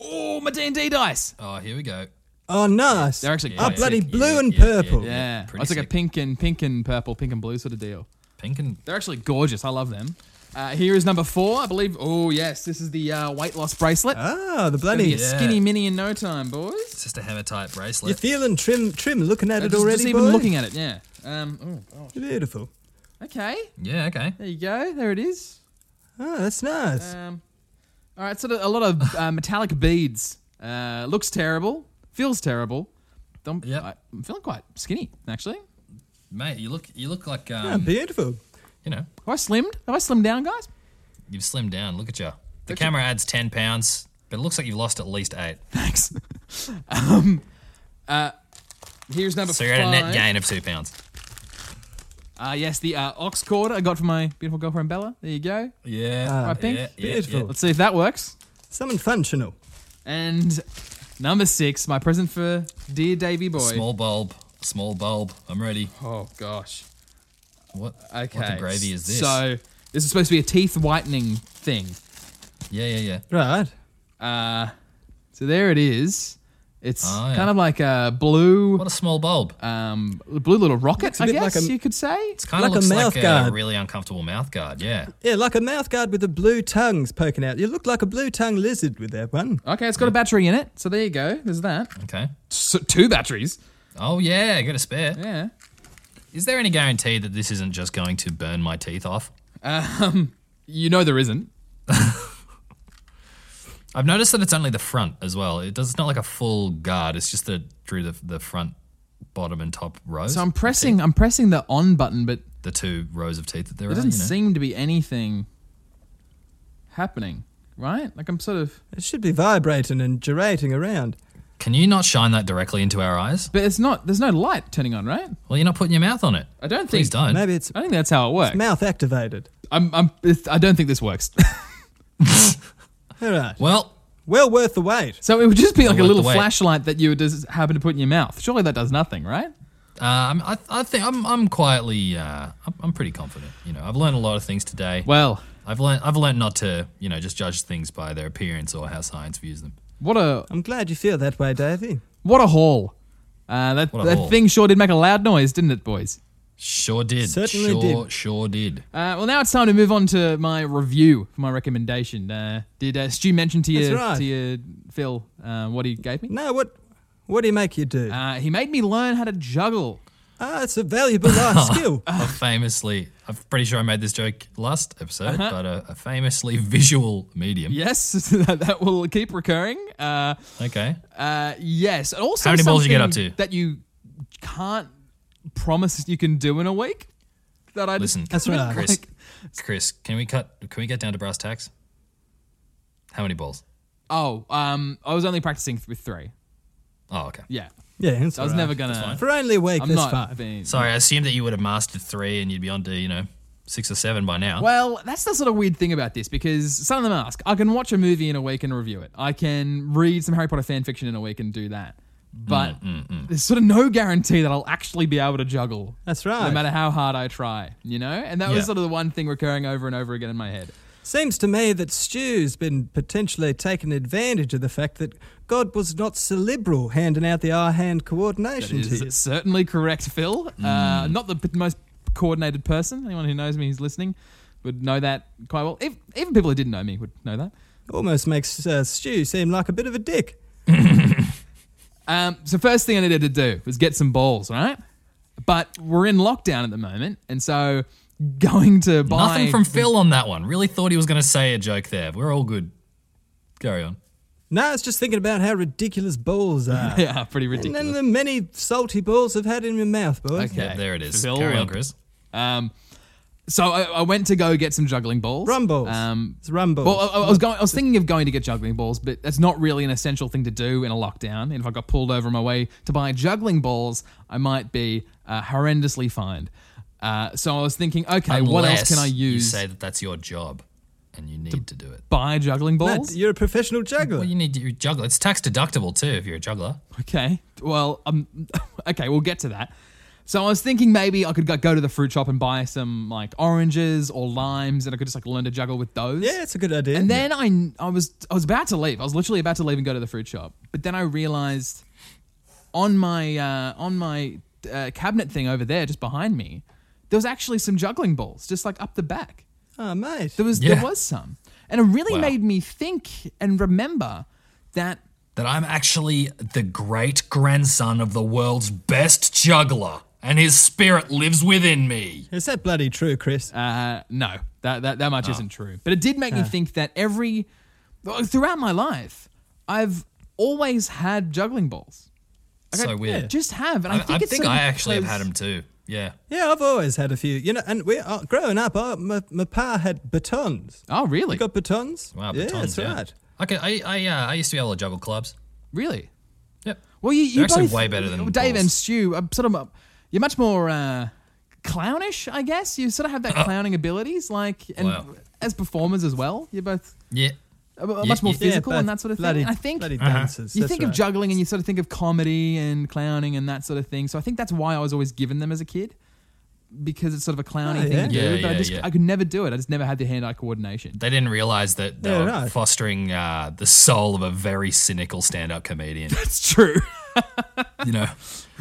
Oh, my D&D dice. Oh, here we go. Oh, nice. They're actually Oh, quite bloody sick. blue Yeah, and yeah, yeah, purple. yeah. Yeah. pretty it's like a sick. pink and pink and purple, pink and blue sort of deal. Pink and They're actually gorgeous. I love them. Uh, here is number four, I believe. Oh yes, this is the uh, weight loss bracelet. Ah, the Gonna bloody. be a skinny mini in no time, boys. it's just a hematite bracelet. You're feeling trim, trim looking at Uh, it just, already, just even boy? looking at it, yeah. Um, oh, Beautiful. okay, yeah, okay. there you go. There it is. Oh, that's nice. Um, all right, so the- a lot of uh, metallic beads. Uh, looks terrible. Feels terrible. Don't, Yep. I, I'm feeling quite skinny actually. Mate, you look you look like Ah, um, beautiful. you know Have I slimmed? Have I slimmed down, guys? you've slimmed down. Look at you. The camera adds ten pounds, but it looks like you've lost at least eight. Thanks. um, uh, here's number So five. you're at a net gain of two pounds. Uh, yes, the uh, ox cord I got from my beautiful girlfriend Bella. There you go. Yeah, Ah, Right, pink? yeah, yeah, Beautiful. yeah. Let's see if that works. Something functional. And Number six, my present for dear Davy Boy. Small bulb. Small bulb. I'm ready. Oh gosh. What? Okay. What the gravy is this? So this is supposed to be a teeth whitening thing. yeah, yeah, yeah. Right. Uh, so there it is. It's Oh, yeah. kind of like a blue, What a small bulb. um, blue little rocket. a I bit like guess a- you could say. It's kind like of a looks mouth like a guard. really uncomfortable mouth guard. Yeah. Yeah, like a mouth guard with the blue tongues poking out. You look like a blue tongue lizard with that one. Okay, it's got a battery in it. So there you go. There's that. Okay. So, two batteries. Oh yeah, got a spare. Yeah. Is there any guarantee that this isn't just going to burn my teeth off? You know there isn't. I've noticed that it's only the front as well. It does it's not like a full guard. It's just the through the the front, bottom and top rows. So I'm pressing. I'm pressing the on button, but the two rows of teeth that there there are. doesn't Ah, you know. seem to be anything happening. Right? Like I'm sort of. It should be vibrating and gyrating around. Can you not shine that directly into our eyes? But it's not. There's no light turning on, right? Well, you're not putting your mouth on it. I don't Please think. don't. Maybe it's I don't think that's how it works. mouth activated. I'm. I'm. It's, I don't think this works. All right. Well, Well worth the wait. so it would just be like a let little the weight- flashlight that you would just happen to put in your mouth. Surely that does nothing, right? um, I, I think I'm, I'm quietly, uh, I'm, I'm pretty confident. You know, I've learned a lot of things today. Well, I've learned, I've learned not to, you know, just judge things by their appearance or how science views them. what a I'm glad you feel that way, Davey. what a haul. Uh, that What a that haul. thing sure did make a loud noise, didn't it, boys? Sure did. Certainly sure, did. sure did. Uh, well, now it's time to move on to my review, my recommendation. Uh, did uh, Stu mention to you, That's right. to you, Phil, uh, what he gave me? No, what what do you make you do? Uh, he made me learn how to juggle. ah, it's a valuable life skill. A famously, I'm pretty sure I made this joke last episode, Uh-huh. but a, a famously visual medium. Yes, that, that will keep recurring. Uh, Okay. uh, yes, and also How many balls you get up something to? that you can't promise you can do in a week. That I Listen, just, That's right. Chris, Chris, can we cut? Can we get down to brass tacks? How many balls? oh, um, I was only practicing with three. Oh, okay. Yeah, Yeah, it's so I was all right. never gonna. For only a week, I'm there's not five. being- Sorry, I assumed that you would have mastered three and you'd be on to, you know, six or seven by now. Well, that's the sort of weird thing about this because some of them ask, I can watch a movie in a week and review it. I can read some Harry Potter fan fiction in a week and do that. But Mm, there's sort of no guarantee that I'll actually be able to juggle. That's right. No matter how hard I try, you know? And that Yeah. was sort of the one thing recurring over and over again in my head. Seems to me that Stu's been potentially taking advantage of the fact that God was not so liberal handing out the eye hand coordination Is to you. certainly correct, Phil. Uh, not the p- most coordinated person. Anyone who knows me who's listening would know that quite well. If, even people who didn't know me would know that. Almost makes uh, Stu seem like a bit of a dick. Um, so first thing I needed to do was get some balls, right? But we're in lockdown at the moment, and so going to buy Nothing from Phil on that one. Really thought he was going to say a joke there. We're all good. Carry on. No, it's just thinking about how ridiculous balls are. yeah, pretty and then ridiculous. the many salty balls I've had in my mouth, boys. Okay. Yeah, there it is. Phil, Carry on, um, Chris. Um, so I, I went to go get some juggling balls, Rum balls. Um, It's rum balls. well, I, I was going. I was thinking of going to get juggling balls, but that's not really an essential thing to do in a lockdown. And if I got pulled over on my way to buy juggling balls, I might be uh, horrendously fined. Uh, so I was thinking, okay, what else Unless can I You use? say that that's your job and you need to do it. buy juggling No, balls. you're a professional juggler. Well, you need to juggle. It's tax deductible too if you're a juggler. Okay. Well, um, okay, we'll get to that. So I was thinking maybe I could go, go to the fruit shop and buy some like oranges or limes, and I could just like learn to juggle with those. yeah, it's a good idea. And then I, I was, I was about to leave. I was literally about to leave and go to the fruit shop, but then I realized on my, uh, on my uh, cabinet thing over there, just behind me, there was actually some juggling balls, just like up the back. oh, mate. There was, Yeah. there was some, and it really Wow. made me think and remember that That I'm actually the great grandson of the world's best juggler and his spirit lives within me. Is that bloody true, Chris? Uh, no, that, that, that Oh. much isn't true. But it did make me think that every, well, throughout my life, I've always had juggling balls. So weird. I just have. And I, I, I think think, it's I something actually have had because- him too. Yeah. yeah, I've always had a few. You know, and we uh, growing up, I, my, my pa had batons. Oh, really? You got batons? Wow, yeah, batons, that's yeah. right. Okay, I I, uh, I used to be able to juggle clubs. Really? Yep. Well, you, you They're actually both- way better than Dave balls. and Stu. Are sort of, uh, you're much more uh, clownish, I Uh. guess. You sort of have that clowning abilities, like and Wow. as performers as well. You're both Yeah. uh, much Yeah, more yeah, physical but and that sort of thing. bloody- And I think bloody Uh-huh. dancers. you that's think of right. juggling and you sort of think of comedy and clowning and that sort of thing. So I think that's why I was always given them as a kid because it's sort of a clowny Oh, thing yeah. to do. Yeah, but I yeah, just yeah. I could never do it. I just never had the hand-eye coordination. They didn't realize that they Yeah, were right. fostering uh, the soul of a very cynical stand-up comedian. It's true. you know,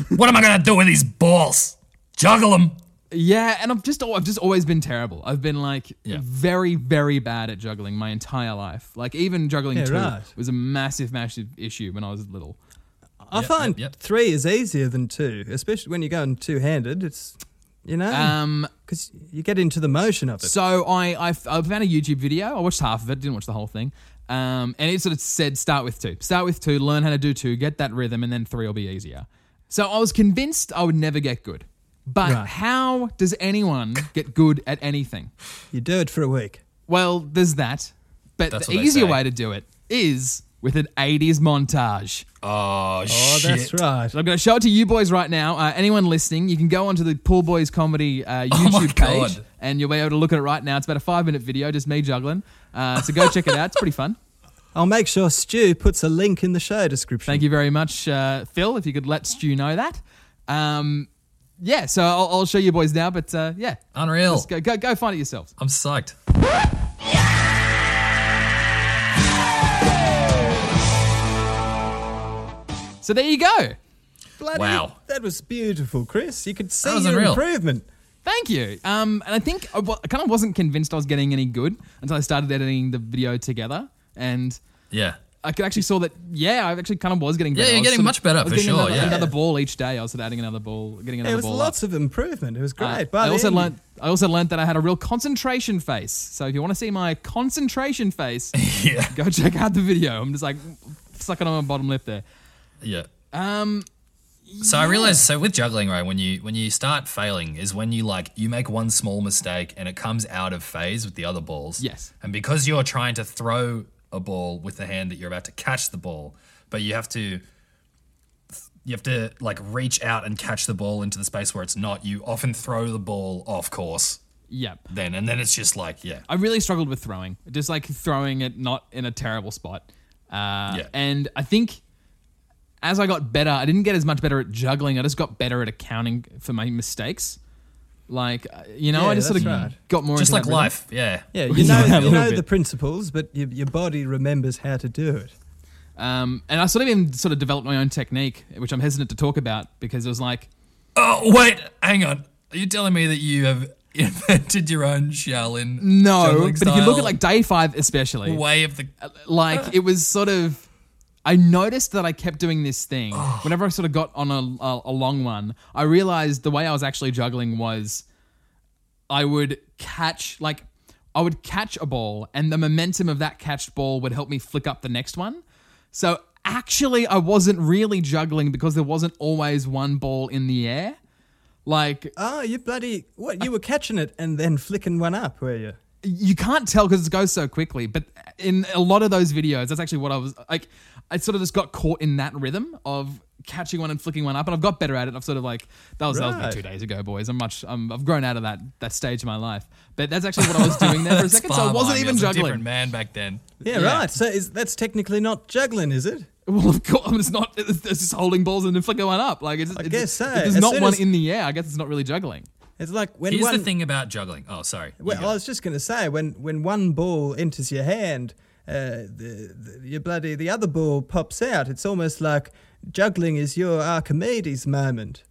what am I gonna do with these balls? Juggle them. yeah, and I've just al- I've just always been terrible. I've been like Yeah. very very bad at juggling my entire life. Like even juggling Yeah, two right. was a massive massive issue when I was little. I Yep, find yep, yep. three is easier than two, especially when you're going two-handed. It's you know Um, because you get into the motion of it. So I, I I found a YouTube video. I watched half of it. Didn't watch the whole thing. Um, and it sort of said start with two, start with two, learn how to do two, get that rhythm, and then three will be easier. So I was convinced I would never get good. But Right. how does anyone get good at anything? you do it for a week. Well, there's that. But That's the what they easier say. way to do it is with an 80s montage. Oh, Oh, shit! that's right. So I'm going to show it to you boys right now. Uh, anyone listening, you can go onto the Pool Boys Comedy uh, Oh my YouTube page God. and you'll be able to look at it right now. It's about a five minute video, just me juggling. Uh, so go check it out. It's pretty fun. I'll make sure Stu puts a link in the show description. Thank you very much, uh, Phil, if you could let Stu know that. Um, yeah, so I'll, I'll show you boys now, but uh, yeah. Unreal. Just go, go, go find it yourselves. I'm psyched. So there you go. Bloody, Wow. that was beautiful, Chris. You could see was your unreal. improvement. Thank you. Um, and I think I, wa- I kind of wasn't convinced I was getting any good until I started editing the video together. And Yeah. I could actually saw that. Yeah, I actually kind of was getting. Yeah, Better. you're I was getting sort of- much better, I was for getting sure, Another, yeah. another ball each day. I was sort of adding another ball, getting another There was ball. lots of improvement. It was up. Uh, great. By I the also end, learned. I also learned that I had a real concentration face. So if you want to see my concentration face, Yeah. go check out the video. I'm just like sucking on my bottom lip there. Yeah. Um, So I realized so with juggling, right, when you when you start failing is when you like you make one small mistake and it comes out of phase with the other balls. Yes. And because you're trying to throw a ball with the hand that you're about to catch the ball, but you have to you have to like reach out and catch the ball into the space where it's not, you often throw the ball off course yep. then. And then it's just like, yeah. I really struggled with throwing, just like throwing it not in a terrible spot. Uh, Yeah. And I think as I got better, I didn't get as much better at juggling. I just got better at accounting for my mistakes. Like uh, you know, Yeah, I just sort of that's right. got more Just into like that rhythm. life. Yeah. yeah, Yeah, you know, a you little know bit. the principles, but your, your body remembers how to do it. Um, and I sort of even sort of developed my own technique, which I'm hesitant to talk about because it was like, Oh wait, hang on. Are you telling me that you have invented your own Shaolin? no, juggling but if you look style? at like day five, especially, way of the like it was sort of i noticed that i kept doing this thing whenever i sort of got on a, a, a long one i realized the way i was actually juggling was i would catch like i would catch a ball and the momentum of that catched ball would help me flick up the next one so actually i wasn't really juggling because there wasn't always one ball in the air like Oh, you bloody what? You were catching it and then flicking one up, were you? you can't tell because it goes so quickly. But in a lot of those videos, that's actually what I was like. I sort of just got caught in that rhythm of catching one and flicking one up, and I've got better at it. I've sort of like that was that was Right. like two days ago, boys. I'm much I'm, I've grown out of that that stage of my life. But that's actually what I was doing there for a second. So I Barbier wasn't was even a juggling. different man back then. Yeah, Yeah. right. So is, that's technically not juggling, is it? Well, of course, it's not. It's it's just holding balls and then flicking one up. Like it's, it's guess so. if there's As not soon one as- in the air. I guess it's not really juggling. It's like when Here's one. the thing about juggling. Oh, sorry. You well, go. I was just going to say when when one ball enters your hand, uh, the, the your bloody the other ball pops out. It's almost like juggling is your Archimedes moment.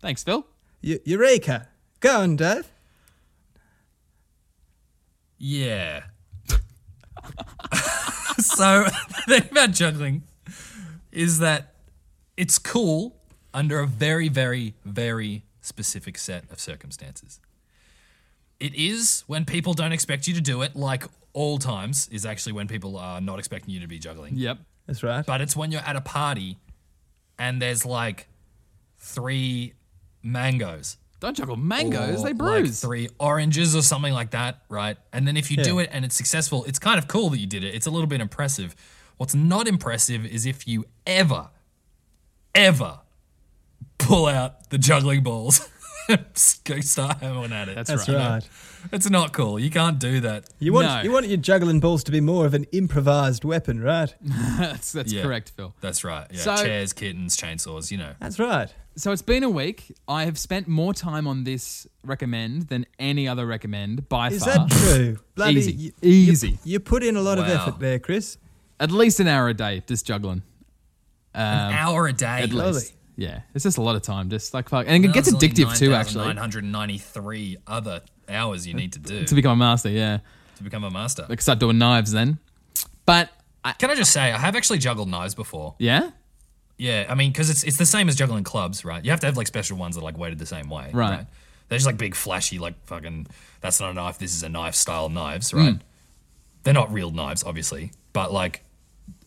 Thanks, Phil. Eu- Eureka! Go on, Dave. yeah. so the thing about juggling is that it's cool under a very, very, very specific set of circumstances. It is when people don't expect you to do it, like all times is actually when people are not expecting you to be juggling. Yep. That's right. but it's when you're at a party and there's like three mangoes. Don't juggle mangoes; or, they like, bruise. three oranges or something like that, right? And then if you do Yeah. it and it's successful, it's kind of cool that you did it. It's a little bit impressive. What's not impressive is if you ever, ever pull out the juggling balls go start hammering at it. That's, That's right. right. It's not cool. You can't do that. You want No. you want your juggling balls to be more of an improvised weapon, right? that's that's Yeah. correct, Phil. That's right. Yeah. So- Chairs, kittens, chainsaws, you know. That's right. So it's been a week. I have spent more time on this recommend than any other recommend by Is far. that true? Bloody Easy. you- Easy. You, you put in a lot of Wow. effort there, Chris. At least an hour a day, just juggling. An hour a day. Um, At Lovely. least. Yeah, it's just a lot of time. Just like fuck, and it That gets was only addictive too. Actually, 9,993 other hours you need to do to become a master, yeah, to become a master. I could start doing knives then. But I, Can I just say, I have actually juggled knives before. yeah, Yeah, I mean, because it's it's the same as juggling clubs, right? You have to have like special ones that are like weighted the same way, Right. They're just like big, flashy, like fucking. That's not a knife. This is a knife style knives, right? Hmm. They're not real knives, obviously, but like,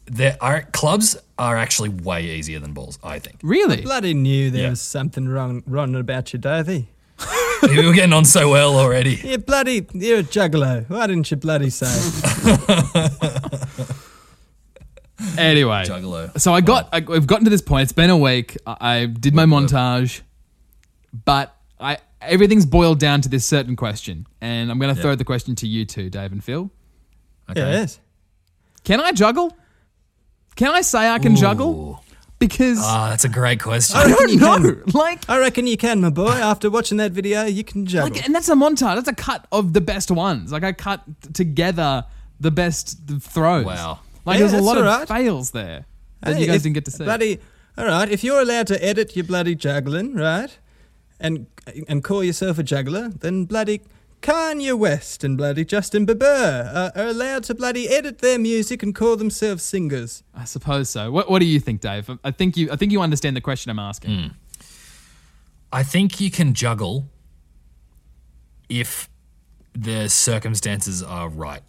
there are clubs are actually way easier than balls. I think really, Bloody knew there Yeah. was something wrong wrong about you, Davey. we were getting on so well already. You bloody you're a juggler. Why didn't you bloody say? anyway. Juggalo. So I got, I, we've gotten to this point. It's been a week. I, I did my montage, but I everything's boiled down to this certain question, and I'm going to throw the question to you two, Dave and Phil. Okay. yes. Can I juggle? Can I say I can juggle? Ooh. Because Ah, that's a great question. I reckon don't Uh, you know. Like, I reckon you can, my boy. After watching that video, you can juggle. like, and that's a montage. That's a cut of the best ones. Like I cut t- together the best throws. Wow. Like Yeah, there's a that's lot all of right. fails there that Hey, you guys if- didn't get to see. Bloody, all right. If you're allowed to edit your bloody juggling, right, and and call yourself a juggler, then bloody Kanye West and bloody Justin Bieber are, are allowed to bloody edit their music and call themselves singers. I suppose so. What, what do you think, Dave? I think you I think you understand the question I'm asking. Mm. I think you can juggle if the circumstances are right.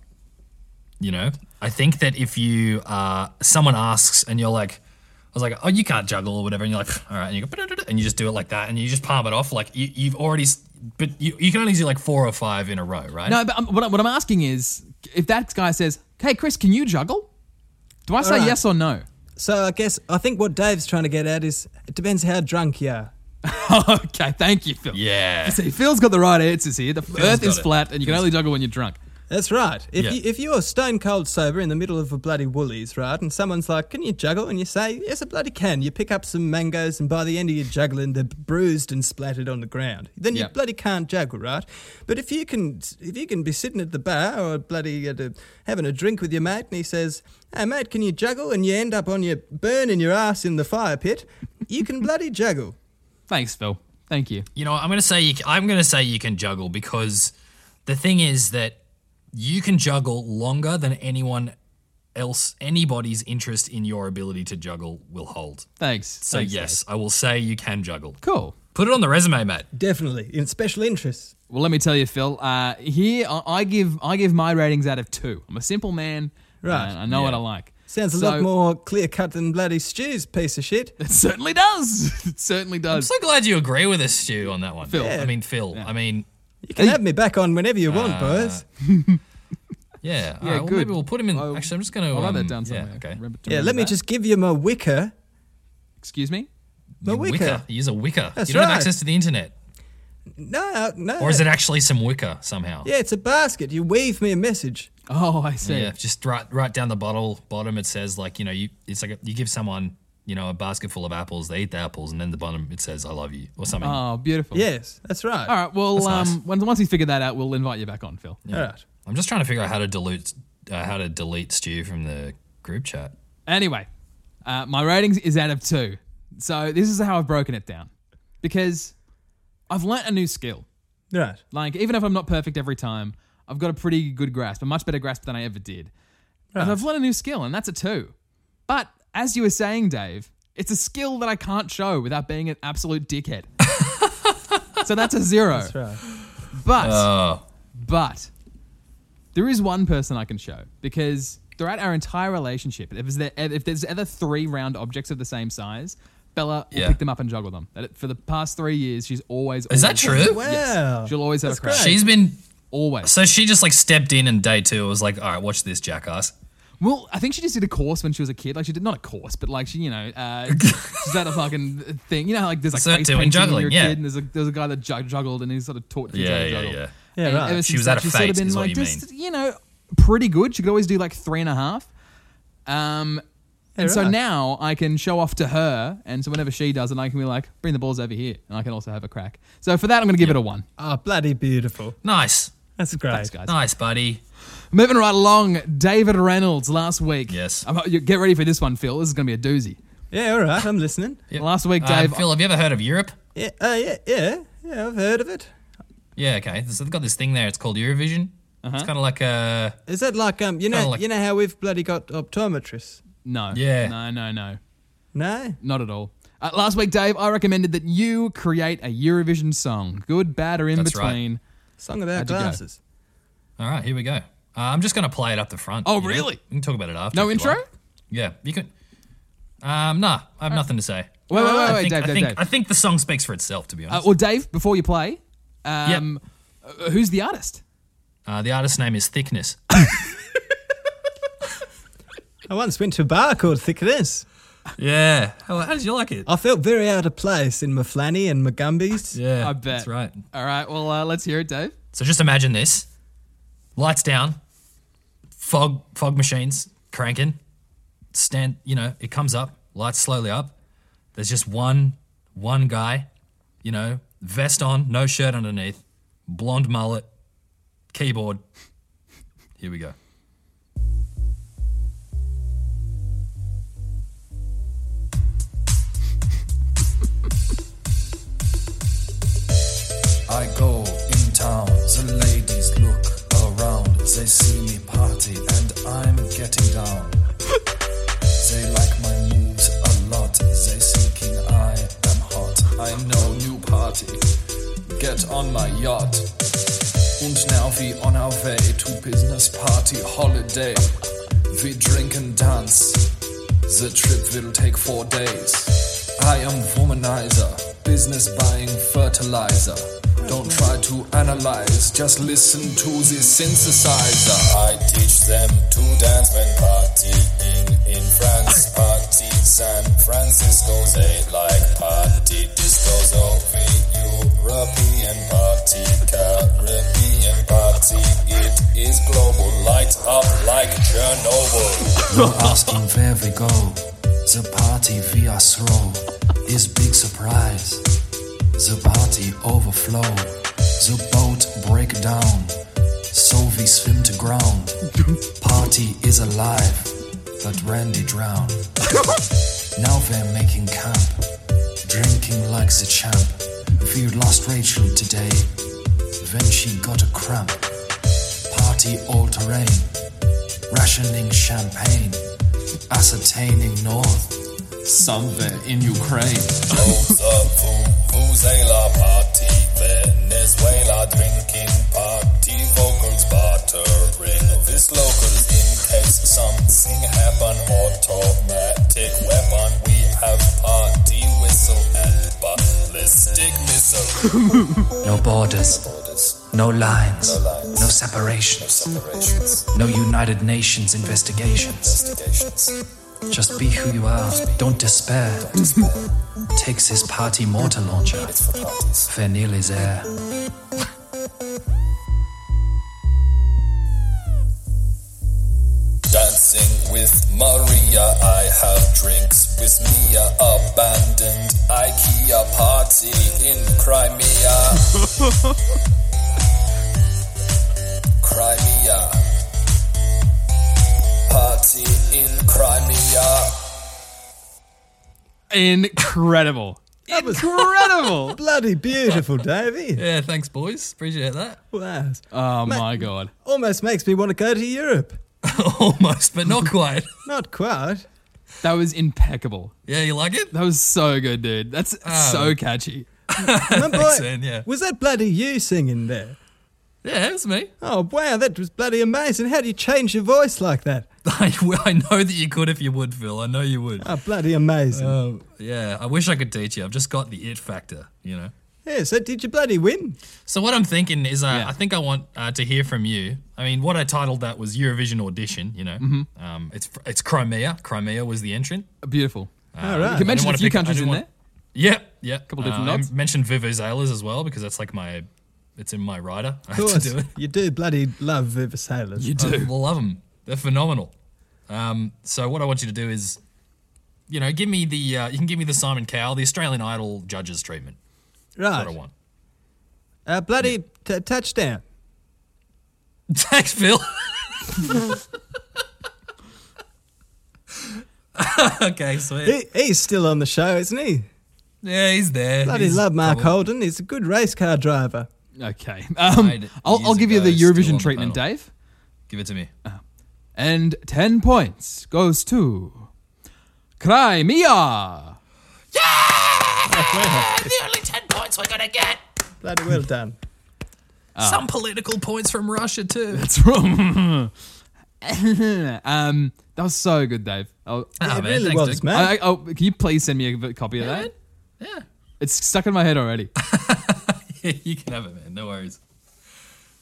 You know, I think that if you uh, someone asks and you're like, I was like, oh, you can't juggle or whatever, and you're like, all right, and you go, "Ba-da-da-da," and you just do it like that, and you just palm it off like you, you've already, s- but you, you can only do like four or five in a row, right? No, but I'm, what, I- what I'm asking is if that guy says, "Hey, Chris, can you juggle?" Do I say right. yes or no? So I guess I think what Dave's trying to get at is it depends how drunk you are. okay, thank you, Phil. Yeah. See, Phil's got the right answers here. The earth got is it. flat, and you can only juggle when you're drunk. That's right. If Yeah. you, if you're stone cold sober in the middle of a bloody Woolies, right, and someone's like, "Can you juggle?" and you say, "Yes, I bloody can." You pick up some mangoes, and by the end of your juggling, they're bruised and splattered on the ground. Then Yeah. you bloody can't juggle, right? But if you can, if you can be sitting at the bar or bloody at a, having a drink with your mate, and he says, "Hey, mate, can you juggle?" and you end up on your burning your ass in the fire pit, you can bloody juggle. Thanks, Phil. Thank you. You know, I'm gonna say you, I'm gonna say you can juggle because the thing is that you can juggle longer than anyone else anybody's interest in your ability to juggle will hold. Thanks. So Thanks, Dave. yes, I will say you can juggle. Cool. Put it on the resume, mate. Definitely in special interests. Well, let me tell you, Phil. Uh, here, I, I give I give my ratings out of two. I'm a simple man. Right. and I know what I like. Sounds a So- lot more clear cut than bloody Stew's piece of shit. It certainly does. It certainly I'm does. so glad you agree with us, Stu, on that one. Phil. I mean Phil. I mean, You can have me back on whenever you want, boys. yeah. All right, well, good. maybe we'll put him in. I'll- actually, I'm just gonna I'll write um, that down yeah, somewhere. okay. Remember to Yeah, remember let me that. just give you my wicker. Excuse me. My wicker. Use a wicker. That's you don't right. have access to the internet, No, no. or is it actually some wicker somehow? Yeah, it's a basket. You weave me a message. Oh, I see. Yeah, just right right down the bottle bottom it says like, you know, you it's like a, you give someone, you know, a basket full of apples, they eat the apples and then the bottom it says I love you or something. Oh, beautiful. Yes, that's right. All right. Well, nice. um, once once we figure that out, we'll invite you back on, Phil. All right. I'm just trying to figure out how to dilute uh, how to delete Stu from the group chat. Anyway, uh, my ratings is out of two. So this is how I've broken it down, because I've learnt a new skill. All right. Like, even if I'm not perfect every time, I've got a pretty good grasp, a much better grasp than I ever did. And I've learned a new skill, and that's a two. But as you were saying, Dave, it's a skill that I can't show without being an absolute dickhead. so that's a zero. That's right. But, Oh. but, there is one person I can show because throughout our entire relationship, if, there's- if there's ever three round objects of the same size, Bella will Yeah. pick them up and juggle them. That- For the past three years, she's always. Is that always- true? Wow. She'll always have a That's crack. great. She's been Always. so she just like stepped in and day 2 was like, "All right, watch this jackass." Well, I think she just did a course when she was a kid. Like she did not a course, but like she, you know, uh, she's at a fucking thing. You know, how, like there's like Cert face two in painting juggling, when you're a yeah. kid, and there's a there's a guy that jug- juggled, and he's sort of taught you how Yeah, to yeah, juggle. yeah. Yeah, And right. ever She since was at that, a she's sort of fate, been is what like you just you know pretty good. She could always do like three and a half. Um, and so right. now I can show off to her, and so whenever she does it, I can be like, bring the balls over here, and I can also have a crack. So for that, I'm going to give it a one. Oh, bloody beautiful. Nice. That's great. Thanks, guys. Nice, buddy. Moving right along, David Reynolds last week. Yes. I'm, uh, you get ready for this one, Phil. This is going to be a doozy. Yeah, all right. I'm listening. Yep. Last week, Um, Dave. uh Phil, have you ever heard of Europe? Yeah, uh, yeah, yeah, yeah. I've heard of it. Yeah, okay. So they've got this thing there. It's called Eurovision. Uh-huh. It's kind of like a. Is that like um, you know, Kinda like- you know how we've bloody got optometrists? no. Yeah. No, no, no. No. Not at all. Uh, last week, Dave, I recommended that you create a Eurovision song, good, bad, or in That's right. between. Song about How'd you go? glasses. All right, here we go. Uh, I'm just going to play it up the front. Oh, you know? really? We can talk about it after. No if you intro? like. Yeah, you can. Um, nah, I have nothing to say. Wait, wait, wait, I wait, think, Dave, I Dave, think, Dave. I think the song speaks for itself, to be Uh, honest. well, Dave, before you play, um, uh, who's the artist? Uh, the artist's name is Thickness. I once went to a bar called Thickness. yeah. How, how did you like Oh, it? I felt very out of place in my flanny and my gumbies. yeah, I bet. That's right. All right, well, uh, let's hear it, Dave. So just imagine this: lights down, fog fog machines cranking, stand. You know, it comes up, lights slowly up. There's just one one guy, you know, vest on, no shirt underneath, blonde mullet, keyboard. Here we go. I go in town, the ladies look around, they see me party and I'm getting down. they like my moves a lot, they thinking I am hot. I know new party, get on my yacht. Und now we on our way to business party holiday. We drink and dance. The trip will take four days. I am womanizer, business buying fertilizer. Don't try to analyze, just listen to the synthesizer. I teach them to dance when partying in France. Party San Francisco, they like party discos over European party, Caribbean party. It is global, light up like Chernobyl. You're asking where we go. The party we are throw is big surprise. The party overflow. The boat break down. So we swim to ground. Party is alive, but Randy drowned. now we're making camp, drinking like the champ. We lost Rachel today when she got a cramp. Party all terrain rationing champagne, ascertaining north, somewhere in Ukraine. Venezuela party, Venezuela drinking party, vocals bartering with locals in case something happen. Automatic weapon, we have party whistle and ballistic missile. No borders, no lines, no separations, Separations, no United Nations investigations. investigations, Just be who you are, don't despair. Takes his party mortar launcher. parties. We're nearly there. Dancing with Maria, I have drinks with Mia. Abandoned IKEA party in Crimea. Crimea. Party in Crimea. Incredible. Incredible. Bloody beautiful, Davey. Yeah, thanks, boys. Appreciate that. Wow. oh, my God. Almost makes me want to go to Europe. Almost, but not quite. Not quite. That was impeccable. yeah, you like it? That was so good, dude. That's Ah, so catchy. My boy, Thanks, man, yeah. Was that bloody you singing there? Yeah, it was me. Oh wow, that was bloody amazing. How do you change your voice like that? I, I know that you could if you would, Phil. I know you would. Oh bloody amazing. Um, yeah, I wish I could teach you. I've just got the it factor, you know. Yeah, so did you bloody win? So what I'm thinking is, uh, Yeah. I think I want uh, to hear from you. I mean, what I titled that was Eurovision audition. You know, Mm-hmm. um, it's it's Crimea. Crimea was the entrant. Beautiful. Ah. All right. I You can didn't mention a wanna few pick- I countries in didn't there. want- Yeah, yeah. A Couple different nods. I mentioned Vuvuzelas as well because that's like my, it's in my rider. I Of have to course, do it. you do bloody love Vivisailers. You I love them. They're phenomenal. Um, so what I want you to do is, you know, give me the uh, you can give me the Simon Cowell, the Australian Idol judges treatment. Right. What I want. Uh, bloody t- touchdown. Thanks, Phil. okay, sweet. He, he's still on the show, isn't he? yeah, he's there. Bloody He's love Mark probably- Holden. He's a good race car driver. Okay. Um, Died I'll, I'll years give you ago, the still on Eurovision the treatment, panel. Dave. Give it to me. And 10 points goes to Crimea. the only ten points we're gonna get. Bloody well done. Some political points from Russia too. That's wrong. um, that was so good, Dave. Oh, Ah, it man, really thanks, was, dude. man. I, I- oh, can you please send me a v- copy of that? Yeah. It's stuck in my head already. you can have it, man. No worries.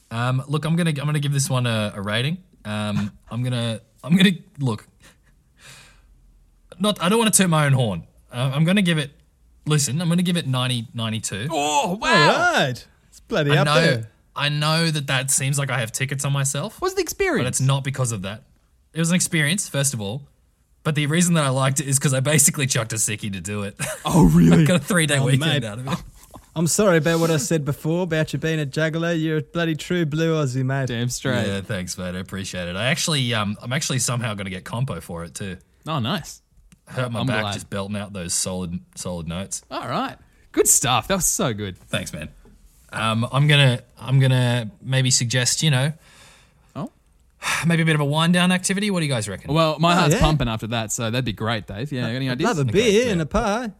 Um, look, I'm gonna I'm gonna give this one a, a rating. Um, I'm gonna I'm gonna look. Not I don't want to toot my own horn. Uh, I'm gonna give it. Listen, I'm gonna give it 90 92. oh, All right. It's bloody I up know there. I know that that seems like I have tickets on myself, What's the experience? but it's not because of that. It was an experience, first of all. But the reason that I liked it is because I basically chucked a sickie to do it. Oh, really? Got a three day weekend mate. out of it. I'm sorry about what I said before about you being a juggler. You're a bloody true blue Aussie, mate. Damn straight. Yeah, thanks, mate. I appreciate it. I actually, um, I'm actually somehow going to get compo for it too. Oh, nice. Hurt my I'm back glad. just belting out those solid, solid notes. All right. Good stuff. That was so good. Thanks, man. Um, I'm gonna, I'm gonna maybe suggest, you know, Oh. maybe a bit of a wind down activity. What do you guys reckon? Well, my heart's yeah. pumping after that, so that'd be great, Dave. Yeah, Uh, any ideas? Love a beer yeah. and a pie.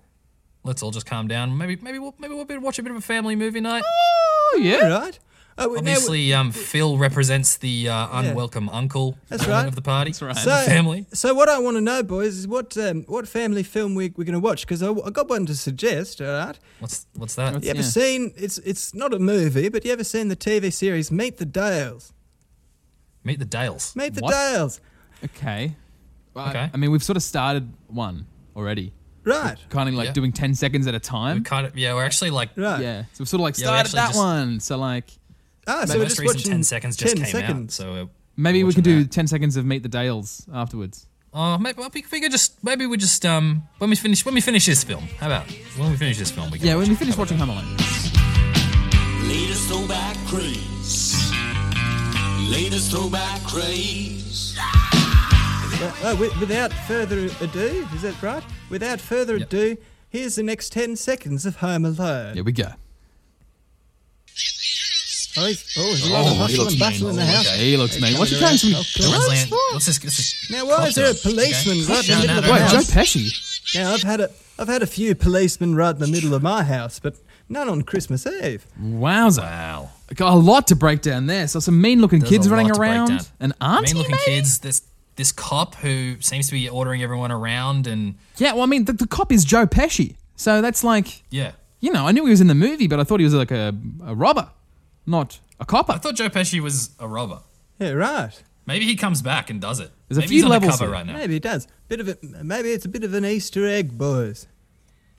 Let's all just calm down. Maybe, maybe we'll, maybe we'll be- watch a bit of a family movie night. Oh, yeah. All right. Oh, well, now- Obviously, um, Phil represents the uh, unwelcome uncle That's element right. of the party. That's right. the family. So what I want to know, boys, is what um, what family film we, we're going to watch because I, I got one to suggest. All right. What's what's that? You ever Yeah. seen? It's it's not a movie, but you ever seen the TV series Meet the Dales? Meet the Dales. Meet the What? Dales. Okay. Well, Okay. I mean, we've sort of started one already, Right. kind of like Yeah. doing 10 seconds at a We time. kind of, yeah, we're actually like Right. Yeah. So we've sort of like Yeah, we started actually that just- one. So, like, Ah, My so we're most just recent watching 10 seconds just 10 came out. seconds. So uh, maybe we're we could do watching 10 seconds of Meet the Dales afterwards. that. Uh, maybe, well, we could figure just maybe we just um when we finish when we finish this film. How about when we finish this film? We can Yeah, when watch we it. finish watching Home Alone. Latest throwback craze. Latest throwback craze. Oh, wi- without further ado, is that right? Without further ado, here's the next 10 seconds of Home Alone. Here we go. Oh, he's, oh, there's a lot of hustle and bustle in the house. Okay. He looks mean. What's he trying to me? The What's Redland- that? What's this? this is- Now, why is there a policeman right in the Shout middle out of the Wait, Joe house? Pesci? Now, I've had a, I've had a few policemen right in the middle of my house, but none on Christmas Eve. Wowza. wow. Got a lot to break down there. So some mean-looking There's kids a lot running to break down. around. An auntie, Mean-looking maybe? kids. This this cop who seems to be ordering everyone around and Yeah, well, I mean, the, the cop is Joe Pesci. So that's like, yeah. you know, I knew he was in the movie, but I thought he was like a, a robber, not a copper. I thought Joe Pesci was a robber. Yeah, right. Maybe he comes back and does it. There's a maybe few he's levels undercover here. right now. Maybe it does. Bit of a, maybe it's a bit of an Easter egg, boys.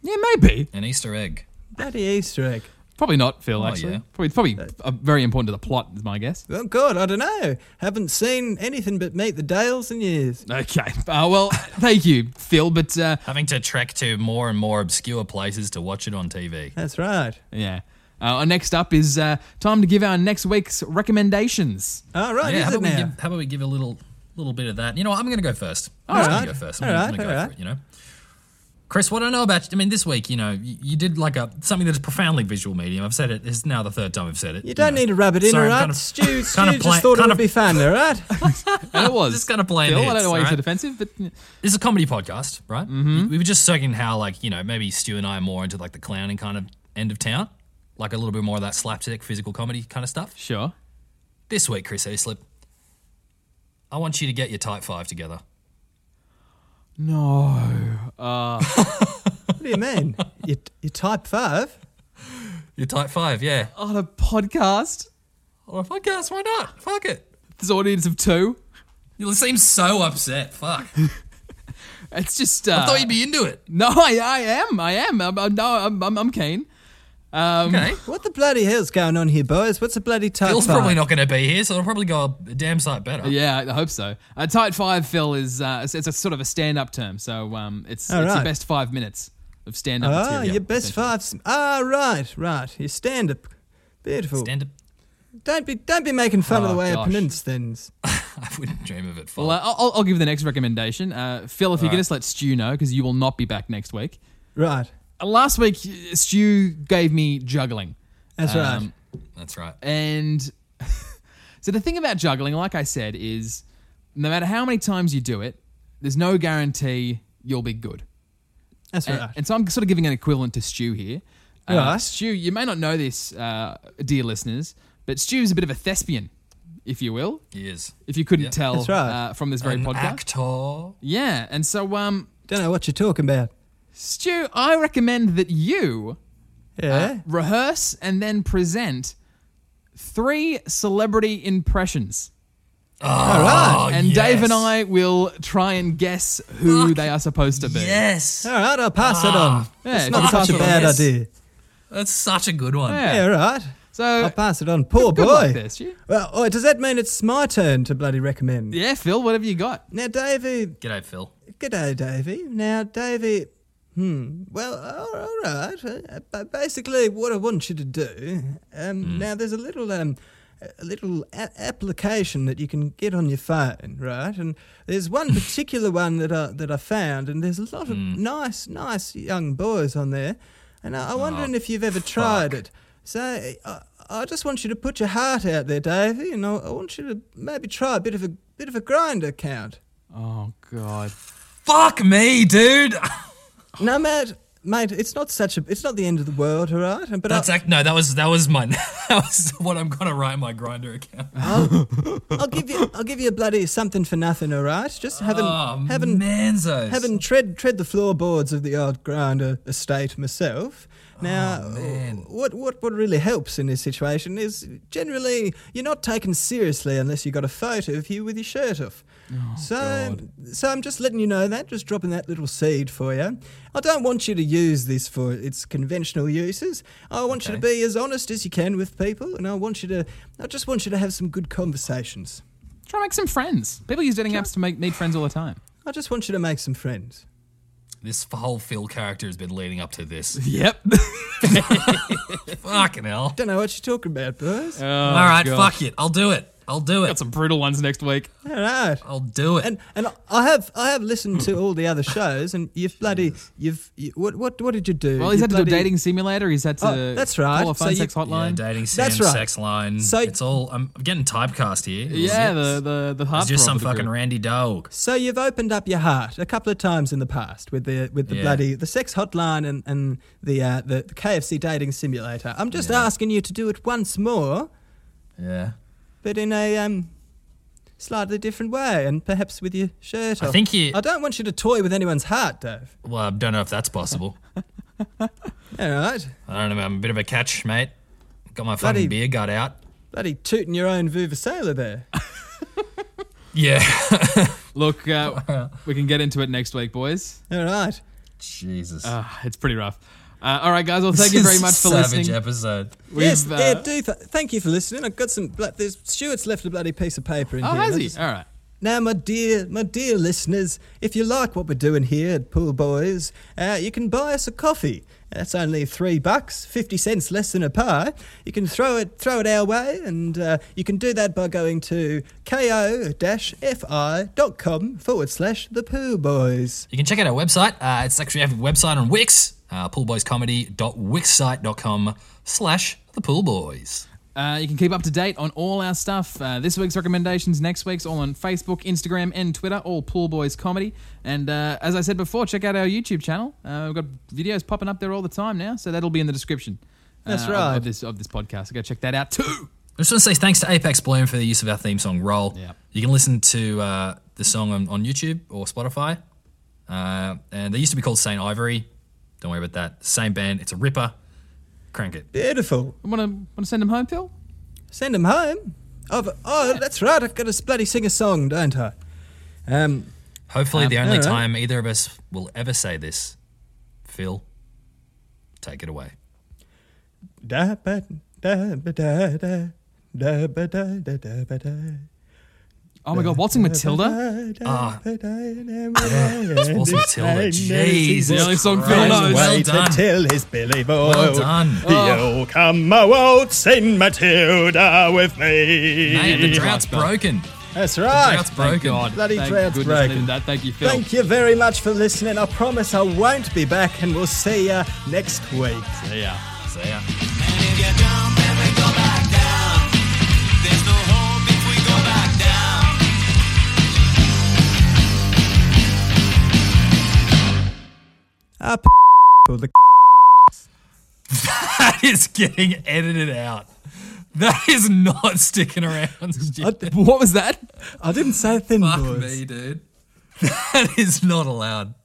yeah, maybe. An Easter egg. Bloody Easter egg. Probably not, Phil, Oh, actually. yeah. Probably, probably uh, very important to the plot, is my guess. Oh, God, I don't know. Haven't seen anything but Meet the Dales in years. Okay. Uh, well, thank you, Phil, but uh, Having to trek to more and more obscure places to watch it on TV. That's right. yeah. Uh, next up is uh, time to give our next week's recommendations. All right, yeah, how is it about, we now? give, how about we give a little little bit of that? You know, what, I'm going to go first. I'm All just right. going to go first. All I'm just right, going to go all for right. it. You know, Chris, what I know about. I mean, this week, you know, you, you did like a something that is profoundly visual medium. I've said it. It's now the third time I've said it. You don't need to rub it in, Sorry, I'm all right? kind of- Stu, Stu kind of just playing- thought it kind would of- be fun, all right? And it was. Just gonna blame Phil, I hits, don't know why you said alright? offensive, but mm, This is a comedy podcast, right? Mm-hmm. We- We were just circling how, like, you know, maybe Stu and I are more into like the clowning kind of end of town, like a little bit more of that slapstick, physical comedy kind of stuff. sure. This week, Chris Easlip, I want you to get your type five together. No. Uh, What do you mean? you, you type five? Your type five, yeah. on a podcast. Or a podcast, why not? Fuck it. This audience of two. You seem so upset. Fuck. Uh, It's just. Uh, I thought you'd be into it. no, I, I am. I am. I'm, I'm, no, I'm, I'm, I'm keen. Um, Okay. What the bloody hell's going on here, boys? What's the bloody type Phil's five? probably not going to be here, so it'll probably go a damn sight better. Yeah, I hope so. Uh, tight five, Phil, is uh, it's, it's a sort of a stand-up term. So um, it's, All it's your right. best five minutes of stand-up Ah, material. your best essentially. five. s- Ah, right, right. You stand up. Beautiful. Stand up. Don't be, don't be making fun of Oh, the way gosh. I pronounce things. I wouldn't dream of it. Phil. Well, uh, I'll, I'll give the next recommendation. Uh, Phil, if you could just let Stu know, because you will not be back next week. Right. Uh, Last week, Stu gave me juggling. That's right. Um, That's right. And so the thing about juggling, like I said, is no matter how many times you do it, there's no guarantee you'll be good. That's And, right. and so I'm sort of giving an equivalent to Stu here. Uh, Right. Stu, you may not know this, uh, dear listeners, but Stu's a bit of a thespian, if you will, He is. if you couldn't Yeah. tell That's right. uh, from this very An podcast. actor. Yeah. And so, um, Don't know what you're talking about. Stu, I recommend that you Yeah. uh, rehearse and then present three celebrity impressions. All right. Oh, and yes. Dave and I will try and guess who they are supposed to be. Yes. All right, I'll pass it on. Yeah, it's if not you pass such a it on, bad yes. idea. That's such a good one. Yeah. Yeah, right. So I'll pass it on. Poor Uh, good boy. luck there, Stu. Well, oh, does that mean it's my turn to bloody recommend? Yeah, Phil, what have you got? Now, Davey, G'day, Phil. g'day, Davey. Now, Davey, hmm, well, all, all right. Uh, but basically, what I want you to do, um, now there's a little, um, a little a- application that you can get on your phone, right? And there's one particular one that I that I found, and there's a lot of nice, nice young boys on there, and I, I'm wondering if you've ever tried it. So I, I just want you to put your heart out there, Davey, and I, I want you to maybe try a bit of a bit of a grinder count. Oh God. Fuck me, dude. No, mate, mate, it's not such a. It's not the end of the world, all right? But That's I'll, act. No, that was that was my that was what I'm gonna write in my grinder account. I'll give you. I'll give you a bloody something for nothing, all right? Just haven't Oh, haven't manzos. haven't tread tread the floorboards of the old grinder estate myself. Now, what what what really helps in this situation is generally you're not taken seriously unless you got a photo of you with your shirt off. so so I'm just letting you know that, just dropping that little seed for you. I don't want you to use this for its conventional uses. I want you to be as honest as you can with people, and I want you to. I just want you to have some good conversations. Try and make some friends. People use dating apps to make meet friends all the time. I just want you to make some friends. This whole Phil character has been leading up to this. Yep. Fucking hell. Don't know what you're talking about, boys. Uh, All right, fuck it. I'll do it. I'll do it. Oh, Some brutal ones next week. All right. I'll do it. and and I have I have listened to all the other shows, and you've bloody you've you, what what what did you do? Well, he's You had to do a bloody- dating simulator. He's had to Oh, that's right. call a So phone you- sex yeah, hotline. Yeah, dating sim, That's right. sex line. So- it's all. I'm getting typecast here. It was it. the the the It's heart. just some fucking Randy Dog. So you've opened up your heart a couple of times in the past with the with the Yeah. bloody the sex hotline and and the uh, the, the KFC dating simulator. I'm just asking you to do it once more, Yeah. but in a um slightly different way, and perhaps with your shirt I off. think you. I don't want you to toy with anyone's heart, Dave. Well, I don't know if that's possible. All right, I don't know. I'm a bit of a catch, mate. Got my Bloody- fucking beer gut out. bloody tooting your own vuvuzela there. Yeah. Look, uh, we can get into it next week, boys. All right. Jesus. Uh, it's pretty rough. Uh, all right, guys. Well, thank you very much for Savage listening. episode. We've, yes, uh, yeah, do. Th- thank you for listening. I've got some. blo- There's Stuart's left a bloody piece of paper in Oh, here. has I he? just- All right. Now, my dear, my dear listeners, if you like what we're doing here at Pool Boys, uh, you can buy us a coffee. That's only three bucks, fifty cents less than a pie. You can throw it, throw it our way, and uh, you can do that by going to ko-fi.com forward slash the Pool Boys. You can check out our website. Uh, it's actually our website on Wix, uh, poolboyscomedy.wixsite.com slash the poolboys. Uh, you can keep up to date on all our stuff. Uh, this week's recommendations, next week's, all on Facebook, Instagram, and Twitter, all Pool Boys Comedy. And uh, as I said before, check out our YouTube channel. Uh, we've got videos popping up there all the time now, so that'll be in the description. uh, That's of- right. Of this, of this podcast. So go check that out too. I just want to say thanks to Apex Bloom for the use of our theme song, Roll. Yeah. You can listen to uh, the song on, on YouTube or Spotify. Uh, and they used to be called St. Ivory. Don't worry about that. Same band. It's a ripper. crank it. Beautiful. Want to want to send him home, Phil? Send him home. I've, oh, that's right. I've got to bloody sing a song, don't I? Um, Hopefully, the only alright. time either of us will ever say this. Phil, take it away. da ba da ba da da da ba da da da ba da. Oh my God, waltzing Matilda. Ah. It's Waltz Matilda. Jeez, the only song Phil Christ, knows. Well Wait done. until his Billy boy. Well done. Ah. You come a waltzing Matilda with me. Mate, the drought's broken. That's The right. drought's broken. Bloody Thank drought's goodness they broken. did that. Thank you, Phil. Thank you very much for listening. I promise I won't be back, and we'll see you next week. See ya. See ya. Up the That is getting edited out. That is not sticking around. I, What was that? I didn't say thin Fuck boys. me, dude. That is not allowed.